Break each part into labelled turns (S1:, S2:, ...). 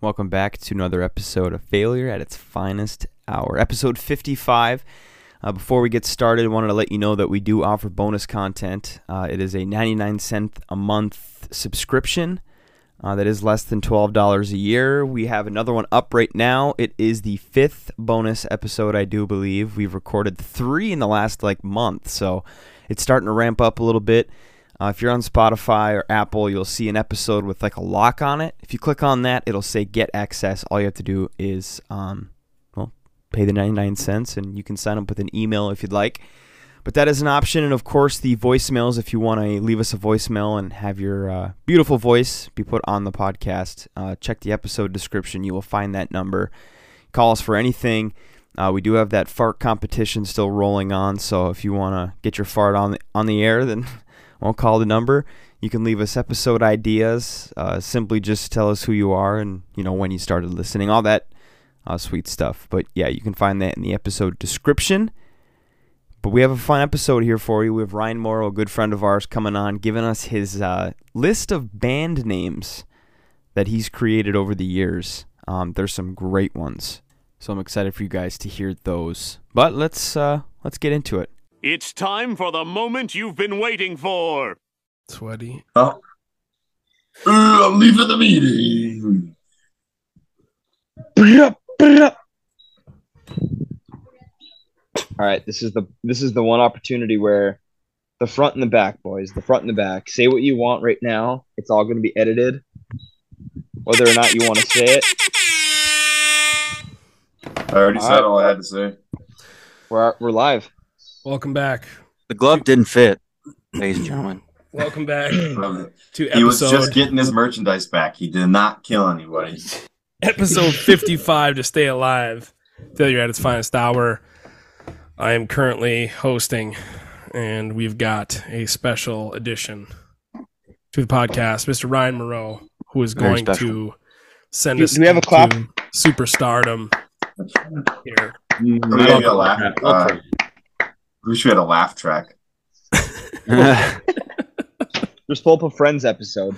S1: Welcome back to another episode of Failure at its Finest Hour, episode 55. Uh, before we get started, I wanted to let you know that we do offer bonus content. Uh, it is a 99 cent a month subscription uh, that is less than $12 a year. We have another one up right now. It is the fifth bonus episode, I do believe. We've recorded three in the last like month, so it's starting to ramp up a little bit. Uh, if you're on Spotify or Apple, you'll see an episode with like a lock on it. If you click on that, it'll say get access. All you have to do is, um, well, pay the 99 cents and you can sign up with an email if you'd like. But that is an option. And of course, the voicemails, if you want to leave us a voicemail and have your uh, beautiful voice be put on the podcast, uh, check the episode description. You will find that number. Call us for anything. Uh, we do have that fart competition still rolling on. So if you want to get your fart on the, on the air, then won't call the number. You can leave us episode ideas. Uh, simply just tell us who you are and you know when you started listening, all that uh, sweet stuff. But yeah, you can find that in the episode description. But we have a fun episode here for you. We have Ryan Morrow, a good friend of ours, coming on, giving us his uh, list of band names that he's created over the years. Um, there's some great ones, so I'm excited for you guys to hear those. But let's uh, let's get into it.
S2: It's time for the moment you've been waiting for.
S3: Sweaty.
S4: I'm leaving the meeting.
S1: All right, this is the this is the one opportunity where the front and the back, boys, the front and the back. Say what you want right now. It's all going to be edited, whether or not you want to say it.
S4: I already said all I had to say.
S1: We're we're live.
S3: Welcome back.
S5: The glove didn't fit, ladies and gentlemen.
S3: Welcome back
S4: Um,
S3: to
S4: He was just
S3: episode
S4: getting his merchandise back. He did not kill anybody.
S3: episode 55 to stay alive. Failure at its finest hour. I am currently hosting and we've got a special addition to the podcast, Mr. Ryan Moreau, who is
S5: Very
S3: going
S5: special.
S3: to send
S6: Do-
S3: us
S6: do we have a
S3: into
S6: clap?
S3: superstardom here.
S4: Maybe a laugh. Uh, wish we had a laugh track.
S7: uh,
S1: Just pull up a friends episode.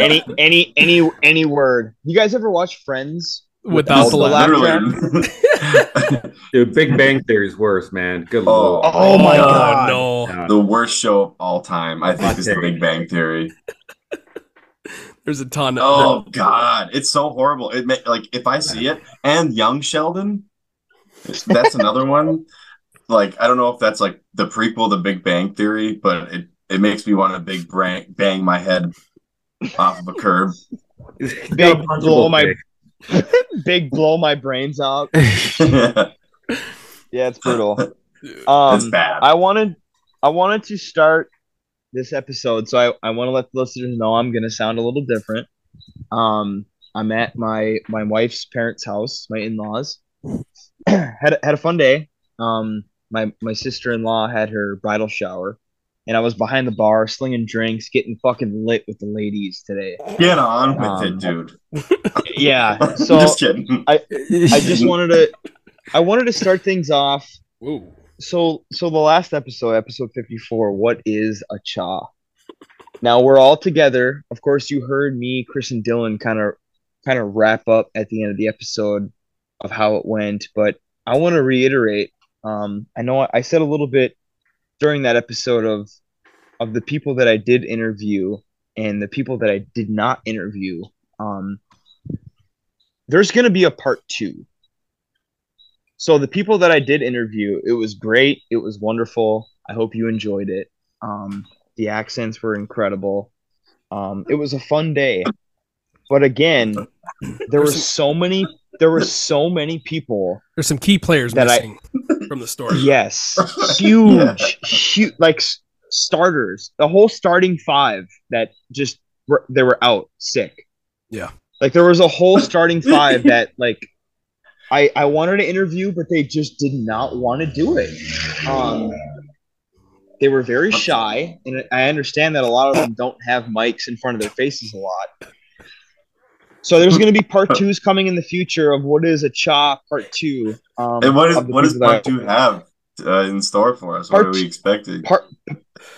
S1: Any any any any word. You guys ever watch Friends?
S4: Oh,
S3: Without the
S1: Without
S3: laugh.
S1: laugh track?
S4: Literally.
S7: Dude, Big Bang Theory is worse, man. Good
S4: Oh.
S7: lord. Uh,
S1: Oh my god.
S3: no.
S7: God.
S4: the worst show of all time, I think, is The Big Bang Theory.
S3: There's a ton of
S4: Oh God, it's so horrible. It ma- like if I see it and Young Sheldon, that's another one. Like I don't know if that's like the prequel to Big Bang Theory, but it it makes me want to big bang, bang my head off of a curb.
S1: Big blow my
S7: Dick.
S1: big blow my brains out. Um,
S4: it's
S1: Yeah, it's brutal. Um,
S4: bad.
S1: I wanted I wanted to start this episode, so I, I want to let the listeners know I'm gonna sound a little different. Um, I'm at my my wife's parents' house, my in-laws. had a- had a fun day. Um, my my sister-in-law had her bridal shower, and I was behind the bar slinging drinks, getting fucking lit with the ladies today.
S4: Get on with
S1: Um,
S4: it, dude.
S1: Yeah, so um,
S4: just kidding.
S1: I just wanted to I wanted to start things off.
S3: Whoa.
S1: So so the last episode, episode 54, what is a cha? Now we're all together. Of course, you heard me, Chris and Dylan kind of kind of wrap up at the end of the episode of how it went, but I want to reiterate um I know I, I said a little bit during that episode of of the people that I did interview and the people that I did not interview. Um there's going to be a part 2. So the people that I did interview, it was great. It was wonderful. I hope you enjoyed it. Um, the accents were incredible. Um, it was a fun day. But again, there were so many there were so many people.
S3: There's some key players
S1: That I-
S3: missing from the story.
S1: Yes. Huge, huge like s- starters. The whole starting five that just were they were out sick.
S3: Yeah.
S1: Like there was a whole starting five that like I I wanted to interview, but they just did not want to do it. Um, they were very shy, and I understand that a lot of them don't have mics in front of their faces a lot. So there's going to be part twos coming in the future of what is a cha part two. Um,
S4: and what is
S1: of the
S4: what does
S1: people that
S4: part
S1: I-
S4: two have uh, in store for us? What
S1: Part
S4: are we
S1: two-
S4: expecting?
S1: Part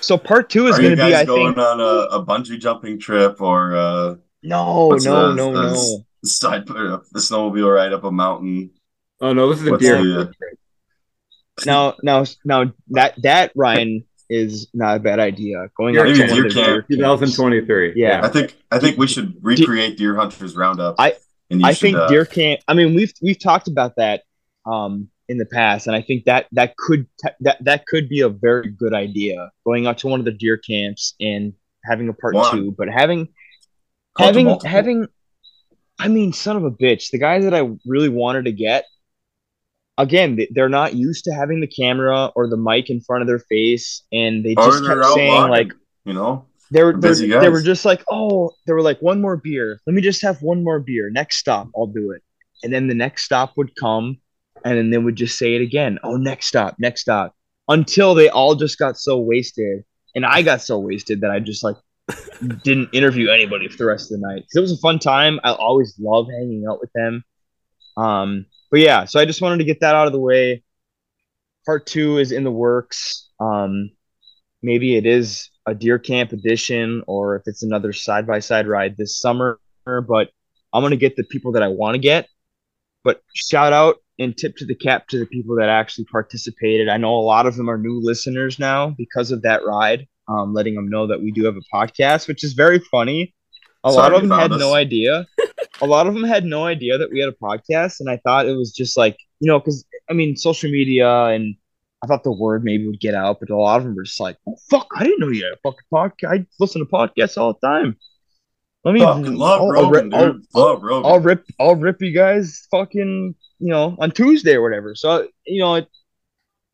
S1: so part two is
S4: Are you
S1: going to
S4: guys
S1: be I
S4: going
S1: think
S4: on a, a bungee jumping trip or uh,
S1: No,
S4: What's
S1: no,
S4: the-
S1: no,
S4: the-
S1: no.
S4: The side, the snowmobile ride up a mountain.
S7: Oh no, this is a
S4: What's
S7: deer.
S4: the-
S1: Now, now, now that that Ryan is not a bad idea. Going
S7: Deer
S1: out to
S4: Maybe
S1: one
S4: deer
S1: of
S4: camp.
S1: the deer camps.
S7: 2023.
S1: Yeah.
S4: I think I think we should recreate Deer Hunters Roundup.
S1: I-
S4: and you
S1: I
S4: should,
S1: think
S4: uh,
S1: deer camp. I mean, we've we've talked about that um, in the past, and I think that that could te- that that could be a very good idea. Going out to one of the deer camps and having a part
S4: One.
S1: two, but having
S4: Call it
S1: having
S4: multiple.
S1: having. I mean, son of a bitch! The guys that I really wanted to get, again, they- they're not used to having the camera or the mic in front of their face, and they
S4: Or
S1: just
S4: they're
S1: kept
S4: out
S1: saying
S4: walking,
S1: like,
S4: you know,
S1: they were,
S4: We're
S1: they,
S4: busy
S1: were- they
S4: guys.
S1: were just like, oh, they were like, one more beer. Let me just have one more beer. Next stop, I'll do it. And then the next stop would come, and then they would just say it again. Oh, next stop, next stop, until they all just got so wasted, and I got so wasted that I just like didn't interview anybody for the rest of the night. 'Cause it was a fun time. I always love hanging out with them. Um, but yeah, so I just wanted to get that out of the way. Part two is in the works. Um, maybe it is a deer camp edition or if it's another side by side ride this summer but i'm going to get the people that i want to get but shout out and tip to the cap to the people that actually participated i know a lot of them are new listeners now because of that ride um, letting them know that we do have a podcast which is very funny a lot
S4: Sorry
S1: of them
S4: about
S1: had
S4: this.
S1: no idea a lot of them had no idea that we had a podcast and i thought it was just like you know because i mean social media and I thought the word maybe would get out, but a lot of them were just like, oh, "Fuck, I didn't know you had a fucking podcast. I listen to podcasts all the time. Let me,
S4: fucking love
S1: I'll, I'll,
S4: Rogan,
S1: rip- I'll,
S4: dude. Love Rogan.
S1: I'll rip, I'll rip you guys, fucking, you know, on Tuesday or whatever." So you know, it,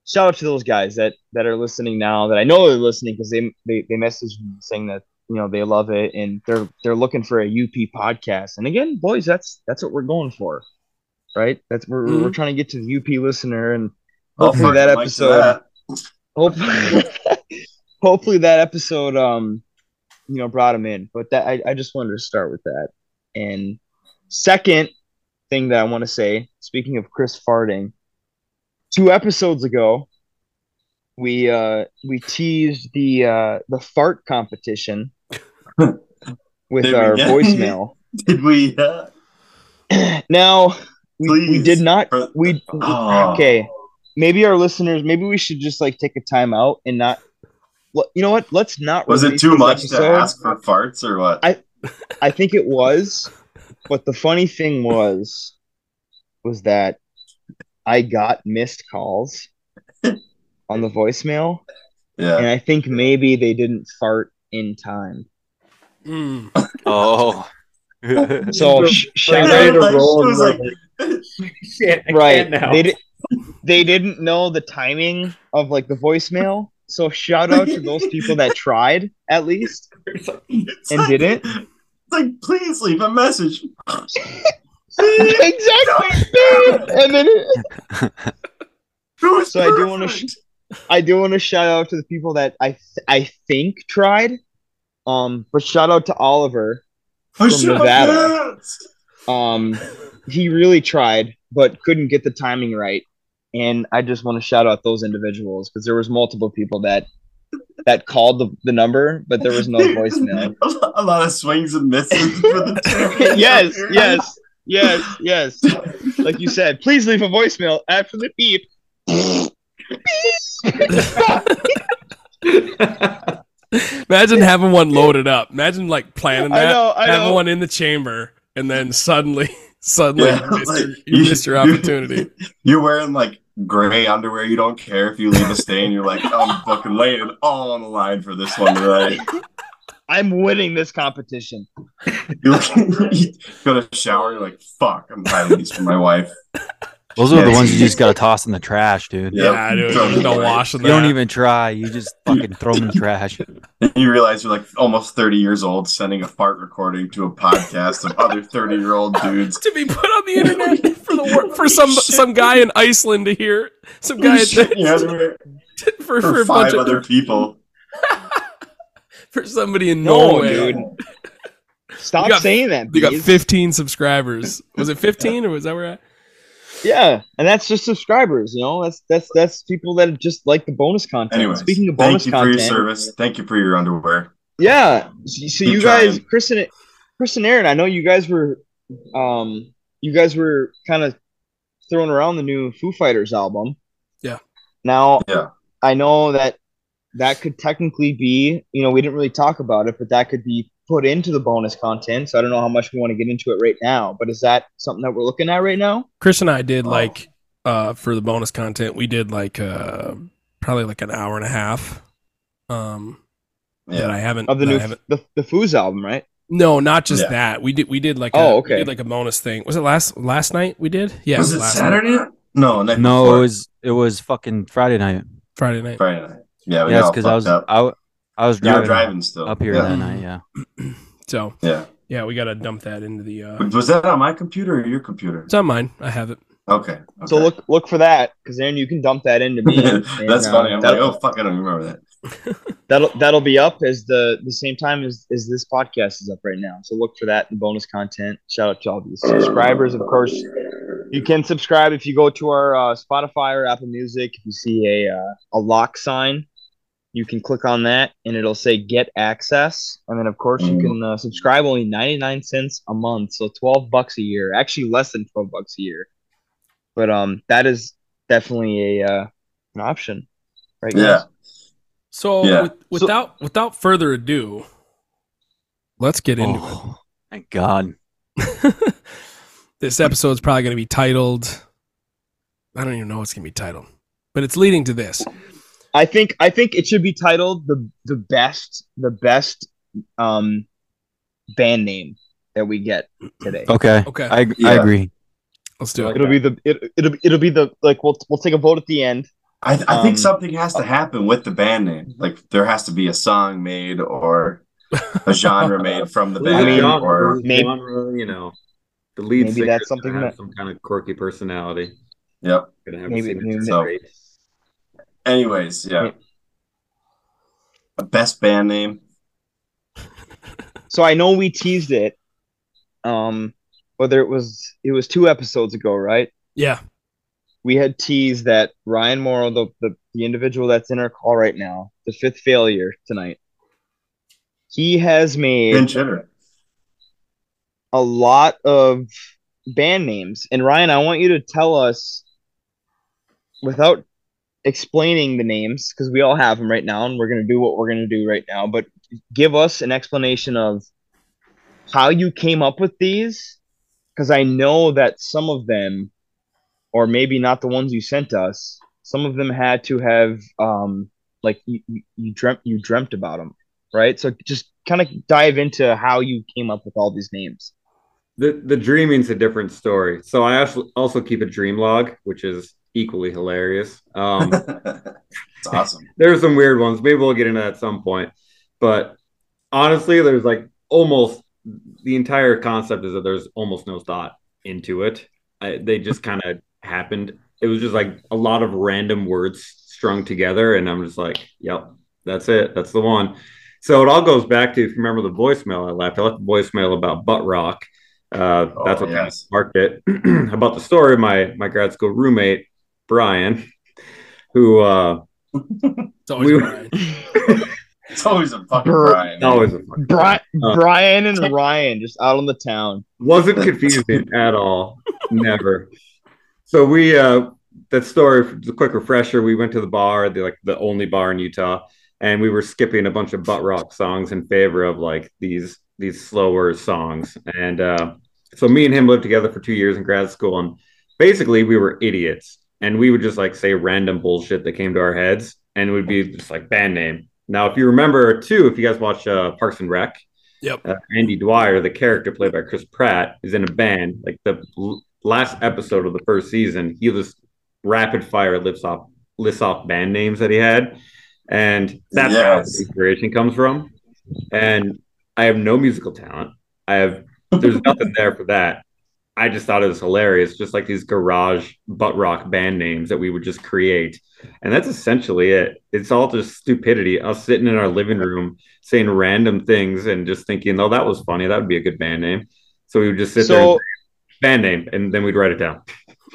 S1: shout out to those guys that that are listening now. That I know they're listening because they they they messaged me saying that you know they love it and they're they're looking for a UP podcast. And again, boys, that's that's what we're going for, right? That's we're we're trying to get to the UP listener and.
S4: I'll
S1: Hopefully
S4: fucking
S1: that
S4: like to
S1: episode
S4: that.
S1: hopefully, hopefully that episode, um, you know, brought him in. But that I, I just wanted to start with that. And second thing that I want to say, speaking of Chris farting, two episodes ago, we uh we teased the uh the fart competition with
S4: Did we
S1: our
S4: get-
S1: voicemail.
S4: Did we? Uh,
S1: now we, we
S4: Please.
S1: did not
S4: For-
S1: we
S4: Oh.
S1: okay maybe our listeners maybe we should just like take a time out and not Well, you know what let's not
S4: was it
S1: release
S4: too
S1: this
S4: much to
S1: episode.
S4: ask for farts or what?
S1: I- i think it was but the funny thing was was that i got missed calls on the voicemail and
S4: yeah.
S1: i think maybe they didn't fart in time
S3: Mm.
S8: Oh.
S1: so
S7: Like,
S1: sh-
S7: I'm
S1: shout
S7: ready
S1: out
S7: to
S4: Like, she
S7: roll
S4: was
S7: and
S4: like-
S7: Shit, I
S1: right
S7: can't now.
S1: they, di- they didn't know the timing of like the voicemail so shout out to those people that tried at least
S4: It's
S1: and
S4: like-
S1: did it?
S4: It's like, please leave a message.
S1: exactly and then it- So I do wanna sh- i do want to shout out to the people that i th- i think tried um but shout out to oliver
S4: from
S1: Nevada. um he really tried but couldn't get the timing right and i just want to shout out those individuals because there was multiple people that that called the, the number but there was no voicemail
S4: A lo- A lot of swings and misses for the Terrans
S1: yes,
S4: out here.
S1: yes, yes, yes. Like you said, please leave a voicemail after the beep.
S3: Imagine having one loaded up. Imagine like planning
S1: I
S3: that.
S1: know, I
S3: having
S1: know.
S3: one in the chamber, and then suddenly, suddenly
S4: Yeah,
S3: you, missed
S4: like,
S3: your, you missed your opportunity.
S4: You're wearing like gray underwear. You don't care if you leave a stain. You're like, I'm fucking laying it all on the line for this one tonight.
S1: I'm winning this competition.
S4: You're like, you go to shower. You're like, fuck, I'm hiding these from my wife.
S8: Those are the
S4: Yes.
S8: ones you just gotta toss in the trash, dude.
S4: Yep.
S3: Yeah, dude.
S4: Throw
S3: Don't,
S4: it away.
S3: wash that.
S8: You don't even try. You just fucking throw them in the trash.
S4: And you realize you're like almost 30 years old sending a fart recording to a podcast of other 30 year old dudes.
S3: to be put on the internet for the wor- for some some guy in Iceland to hear. Some guy
S4: Shit, yeah, there were-
S3: for, for
S4: for
S3: a bunch
S4: five
S3: of
S4: other people.
S3: for somebody in
S1: No,
S3: Norway.
S1: dude. Stop
S3: You got-
S1: saying that.
S3: They got
S1: please.
S3: 15 subscribers. Was it 15 or was that where? I-
S1: Yeah, and that's just subscribers. You know, that's that's that's people that just like the bonus content.
S4: Anyway,
S1: Speaking of
S4: thank
S1: bonus
S4: you for
S1: content,
S4: your service. Thank you for your underwear.
S1: yeah. So, so
S4: Keep
S1: you guys,
S4: trying.
S1: Chris and Chris and Aaron, I know you guys were, um, you guys were kind of throwing around the new Foo Fighters album.
S3: Yeah.
S1: Now,
S4: Yeah.
S1: I know that that could technically be, you know, we didn't really talk about it, but that could be put into the bonus content. So I don't know how much we want to get into it right now, but is that something that we're looking at right now?
S3: Chris and I did
S4: Oh.
S3: like uh for the bonus content, we did like uh probably like an hour and a half. Um that
S4: Yeah.
S3: I haven't
S1: Of the
S3: that I
S1: new,
S3: haven't-
S1: the, the Foo's album, right?
S3: No, not just
S4: Yeah.
S3: that. We did we did like a,
S1: Oh,
S3: we
S1: okay.
S3: did like a bonus thing. Was it last last night we did? Yeah,
S4: was it
S3: last
S4: Saturday? night? No, night
S8: No,
S4: before.
S8: it was it was fucking Friday night.
S3: Friday night.
S4: Friday night. Yeah, we
S8: Yes,
S4: got
S8: because
S4: all
S8: I was
S4: fucked up.
S8: I, w- I was
S4: you
S8: driving,
S4: were driving still
S8: up here
S4: Yeah.
S8: that night. Yeah,
S3: So
S4: yeah.
S3: yeah, we gotta dump that into the uh
S4: But Was that on my computer or your computer?
S3: it's on mine. I have it.
S4: Okay.
S1: So
S4: okay.
S1: look, look for that because Aaron, you can dump that into me. and,
S4: That's
S1: uh,
S4: funny. I'm like,
S1: that'll-
S4: oh fuck, I don't remember that.
S1: that'll that'll be up as the the same time as as this podcast is up right now. So look for that and bonus content. Shout out to all the subscribers, of course. You can subscribe if you go to our uh, Spotify or Apple Music. If you see a uh, a lock sign, you can click on that and it'll say get access. And then of course you can uh, subscribe only ninety nine cents a month, so twelve bucks a year. Actually, less than twelve bucks a year. But um, that is definitely a uh, an option, right?
S4: Yeah.
S1: guys?
S3: So
S4: Yeah.
S3: with, without without further ado, let's get into it.
S8: Oh, thank God.
S3: this episode's probably going to be titled I don't even know what's going to be titled, but it's leading to this.
S1: I think I think it should be titled the the best the best um band name that we get today.
S8: Okay,
S3: Okay,
S8: I I
S4: Yeah.
S8: agree.
S3: let's do it.
S1: It'll be the it, it'll it'll be the like we'll we'll take a vote at the end.
S4: I, I think
S1: Um,
S4: something has to happen with the band
S8: Mhm.
S4: name. Like there has to be a song made or a genre made from the
S7: I
S4: band
S7: mean,
S4: name
S1: genre.
S4: or
S1: maybe-
S7: genre, you know, the lead
S1: Maybe
S7: singer
S1: that's something
S7: have
S1: that-
S7: some kind of quirky personality.
S4: yep.
S7: Gonna have
S1: Maybe-
S7: a signature
S1: maybe-
S7: trait.
S4: Anyways, yeah. Best band name.
S1: So I know we teased it, um, whether it was it was two episodes ago, right?
S3: Yeah,
S1: We had teased that Ryan Morrow, the the, the individual that's in our call right now, the fifth failure tonight. He has made
S4: Ben Chitter.
S1: a lot of band names. And Ryan, I want you to tell us without explaining the names because we all have them right now and we're going to do what we're going to do right now, but give us an explanation of how you came up with these because I know that some of them or maybe not the ones you sent us, some of them had to have um like you, you- you dreamt you dreamt about them, right? So just kind of dive into how you came up with all these names.
S7: The the dreaming's a different story. So I also also keep a dream log, which is equally hilarious. Um,
S4: it's awesome.
S7: there are some weird ones. Maybe we'll get into that at some point. But honestly, there's like almost the entire concept is that there's almost no thought into it. I, they just kind of happened. It was just like a lot of random words strung together, and I'm just like, "Yep, that's it. That's the one." So it all goes back to if you remember the voicemail I left. I left a voicemail about butt rock. Uh,
S4: Oh,
S7: that's what kind of
S4: yes.
S7: sparked it about the story. of My my grad school roommate Brian, who uh,
S3: it's always
S7: We-
S3: Brian.
S4: It's always a fucking
S1: Bro,
S4: Brian.
S7: Always a fucking
S1: Brian,
S7: Uh,
S1: Brian and Ryan just out on the town.
S7: wasn't confusing at all. Never. So we uh that story the quick refresher, we went to the bar, the like the only bar in Utah, and we were skipping a bunch of butt rock songs in favor of like these these slower songs. And uh so me and him lived together for two years in grad school and basically we were idiots and we would just like say random bullshit that came to our heads and it would be just like band name. Now if you remember too, if you guys watch uh Parks and Rec, uh, Andy Dwyer, the character played by Chris Pratt, is in a band. Like the l- last episode of the first season, he just rapid fire lists off lists off band names that he had, and that's how
S4: Yes.
S7: the inspiration comes from. And I have no musical talent. I have there's nothing there for that. I just thought it was hilarious, just like these garage butt rock band names that we would just create. And that's essentially it. It's all just stupidity. Us sitting in our living room saying random things and just thinking, oh, that was funny. That would be a good band name. So we would just sit there,
S1: So,
S7: and band name, and then we'd write it down.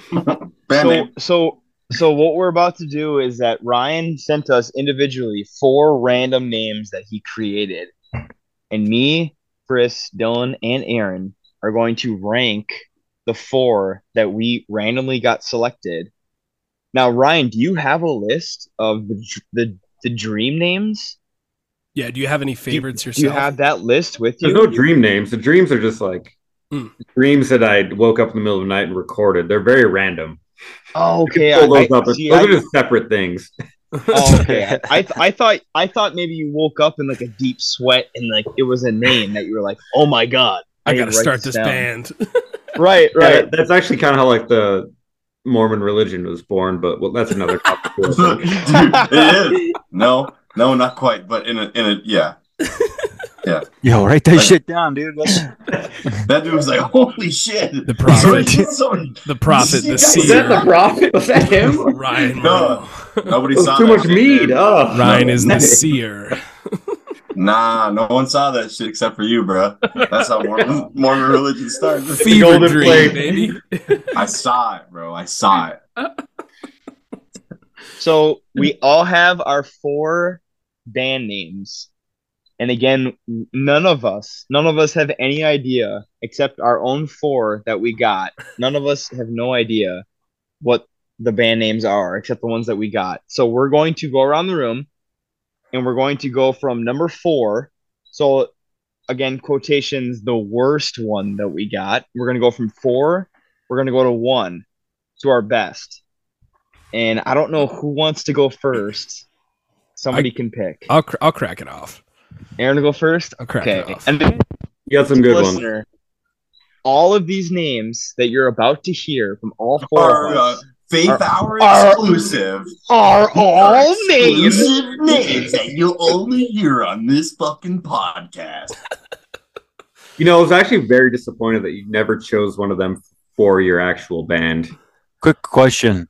S4: Band
S1: so,
S4: name.
S1: so, so what we're about to do is that Ryan sent us individually four random names that he created, and me Chris, Dylan, and Aaron are going to rank the four that we randomly got selected. Now, Ryan, do you have a list of the the, the dream names?
S3: Yeah. Do you have any
S1: Do you-
S3: favorites
S1: do
S3: yourself?
S1: you have that list with you?
S7: There's no dream names. The dreams are just like
S3: Hmm.
S7: dreams that I woke up in the middle of the night and recorded. They're very random.
S1: Oh, okay.
S7: Pull
S1: I-
S7: those up.
S1: I, see,
S7: those
S1: I-
S7: are just separate things.
S1: oh, okay. I, th- I thought I thought maybe you woke up in like a deep sweat and like it was a name that you were like, oh my god,
S3: I
S1: need
S3: gotta
S1: to write
S3: start this
S1: down."
S3: band.
S1: Right,
S7: Yeah,
S1: right.
S7: that- that's actually kind of how like the Mormon religion was born, but well, that's another topic. for
S4: Dude,
S7: us.
S4: it is. No, no, not quite. But in a, in a, yeah,
S8: Yo, write that
S4: Like-
S8: shit down, dude. That's-
S4: that dude was like, holy shit.
S3: The prophet.
S4: So- so-
S3: The prophet, the
S4: Was that
S9: Was that the
S3: seer,
S9: prophet? Was that him?
S3: Ryan.
S4: No.
S3: Morrow.
S4: nobody
S7: It was
S4: saw
S7: too
S4: that
S7: much
S4: shit,
S7: mead.
S4: dude.
S7: Oh.
S3: Ryan is the
S4: Nice.
S3: seer.
S4: Nah, no one saw that shit except for you, bro. That's how Mormon, Mormon religion started.
S3: Fever
S7: golden
S3: dream,
S7: plate.
S3: baby.
S4: I saw it, bro. I saw it.
S1: So we all have our four band names. And again, none of us, none of us have any idea except our own four that we got. None of us have no idea what the band names are except the ones that we got. So we're going to go around the room and we're going to go from number 4. So again, quotations the worst one that we got. We're going to go from 4, we're going to go to 1 to our best and I don't know who wants to go first. Somebody can pick.
S3: I'll cr- I'll crack it off.
S1: Aaron to go first.
S3: I'll crack
S1: Okay,
S3: it off.
S1: and then
S7: You got some good ones.
S1: listener, all of these names that you're about to hear from all four
S4: Our
S1: of
S4: uh,
S1: us
S4: Faith
S1: Our-
S4: Hour
S1: our-
S4: exclusive.
S1: are all names.
S4: uh, exclusive names that you'll only hear on this fucking podcast.
S7: You know, I was actually very disappointed that you never chose one of them for your actual band.
S8: Quick question: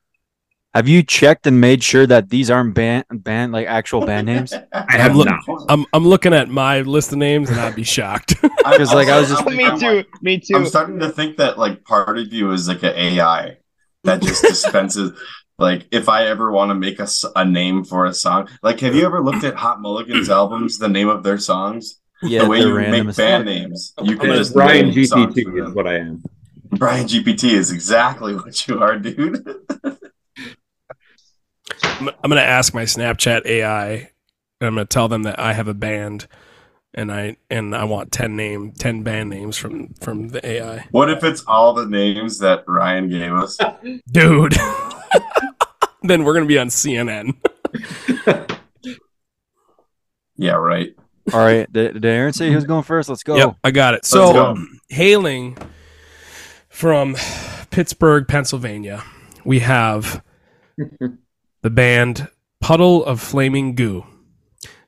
S8: Have you checked and made sure that these aren't band band like actual band names?
S7: I have
S3: look-
S7: not.
S3: I'm I'm looking at my list of names and I'd be shocked.
S4: I'm-
S8: 'Cause, like, I was just-
S4: I'm-
S1: me
S4: I'm
S1: too. Me
S4: I'm
S1: too.
S4: starting to think that like part of you is like an AI that just dispenses. like, if I ever want to make a, s- a name for a song, like, have you ever looked at Hot Mulligan's albums? The name of their songs,
S8: Yeah,
S4: the way
S8: they're
S4: you make
S8: random as
S4: band
S8: fuck.
S4: names, you
S3: I'm
S4: can
S3: gonna-
S4: just
S7: Ryan
S4: name songs for
S7: GPT
S4: them.
S7: is what I am.
S4: Brian GPT is exactly what you are, dude.
S3: I'm, I'm gonna ask my Snapchat AI and I'm gonna tell them that I have a band and I and I want ten name ten band names from from the AI.
S4: what if it's all the names that Ryan gave us?
S3: Dude. then we're gonna be on CNN.
S4: Yeah, right.
S8: All right, did, did Aaron say he
S4: Mm-hmm.
S8: was going first? Let's go.
S3: Yep, I got it.
S4: Let's
S3: So
S4: go.
S3: hailing from Pittsburgh, Pennsylvania, we have the band Puddle of Flaming Goo.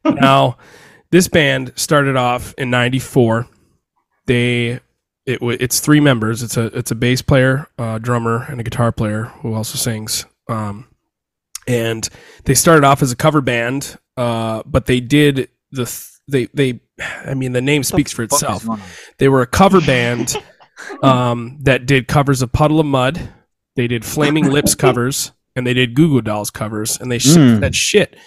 S3: Now, this band started off in '94. They it wa it's three members. It's a it's a bass player, a drummer, and a guitar player who also sings. Um, and they started off as a cover band, uh, but they did the th- they they I mean the name
S8: What the
S3: speaks for
S8: fuck is
S3: itself
S8: going on?
S3: they were a cover band um, that did covers of Puddle of Mud. They did Flaming Lips covers, and they did Goo Goo Dolls covers, and they sh-
S8: Mm.
S3: that shit.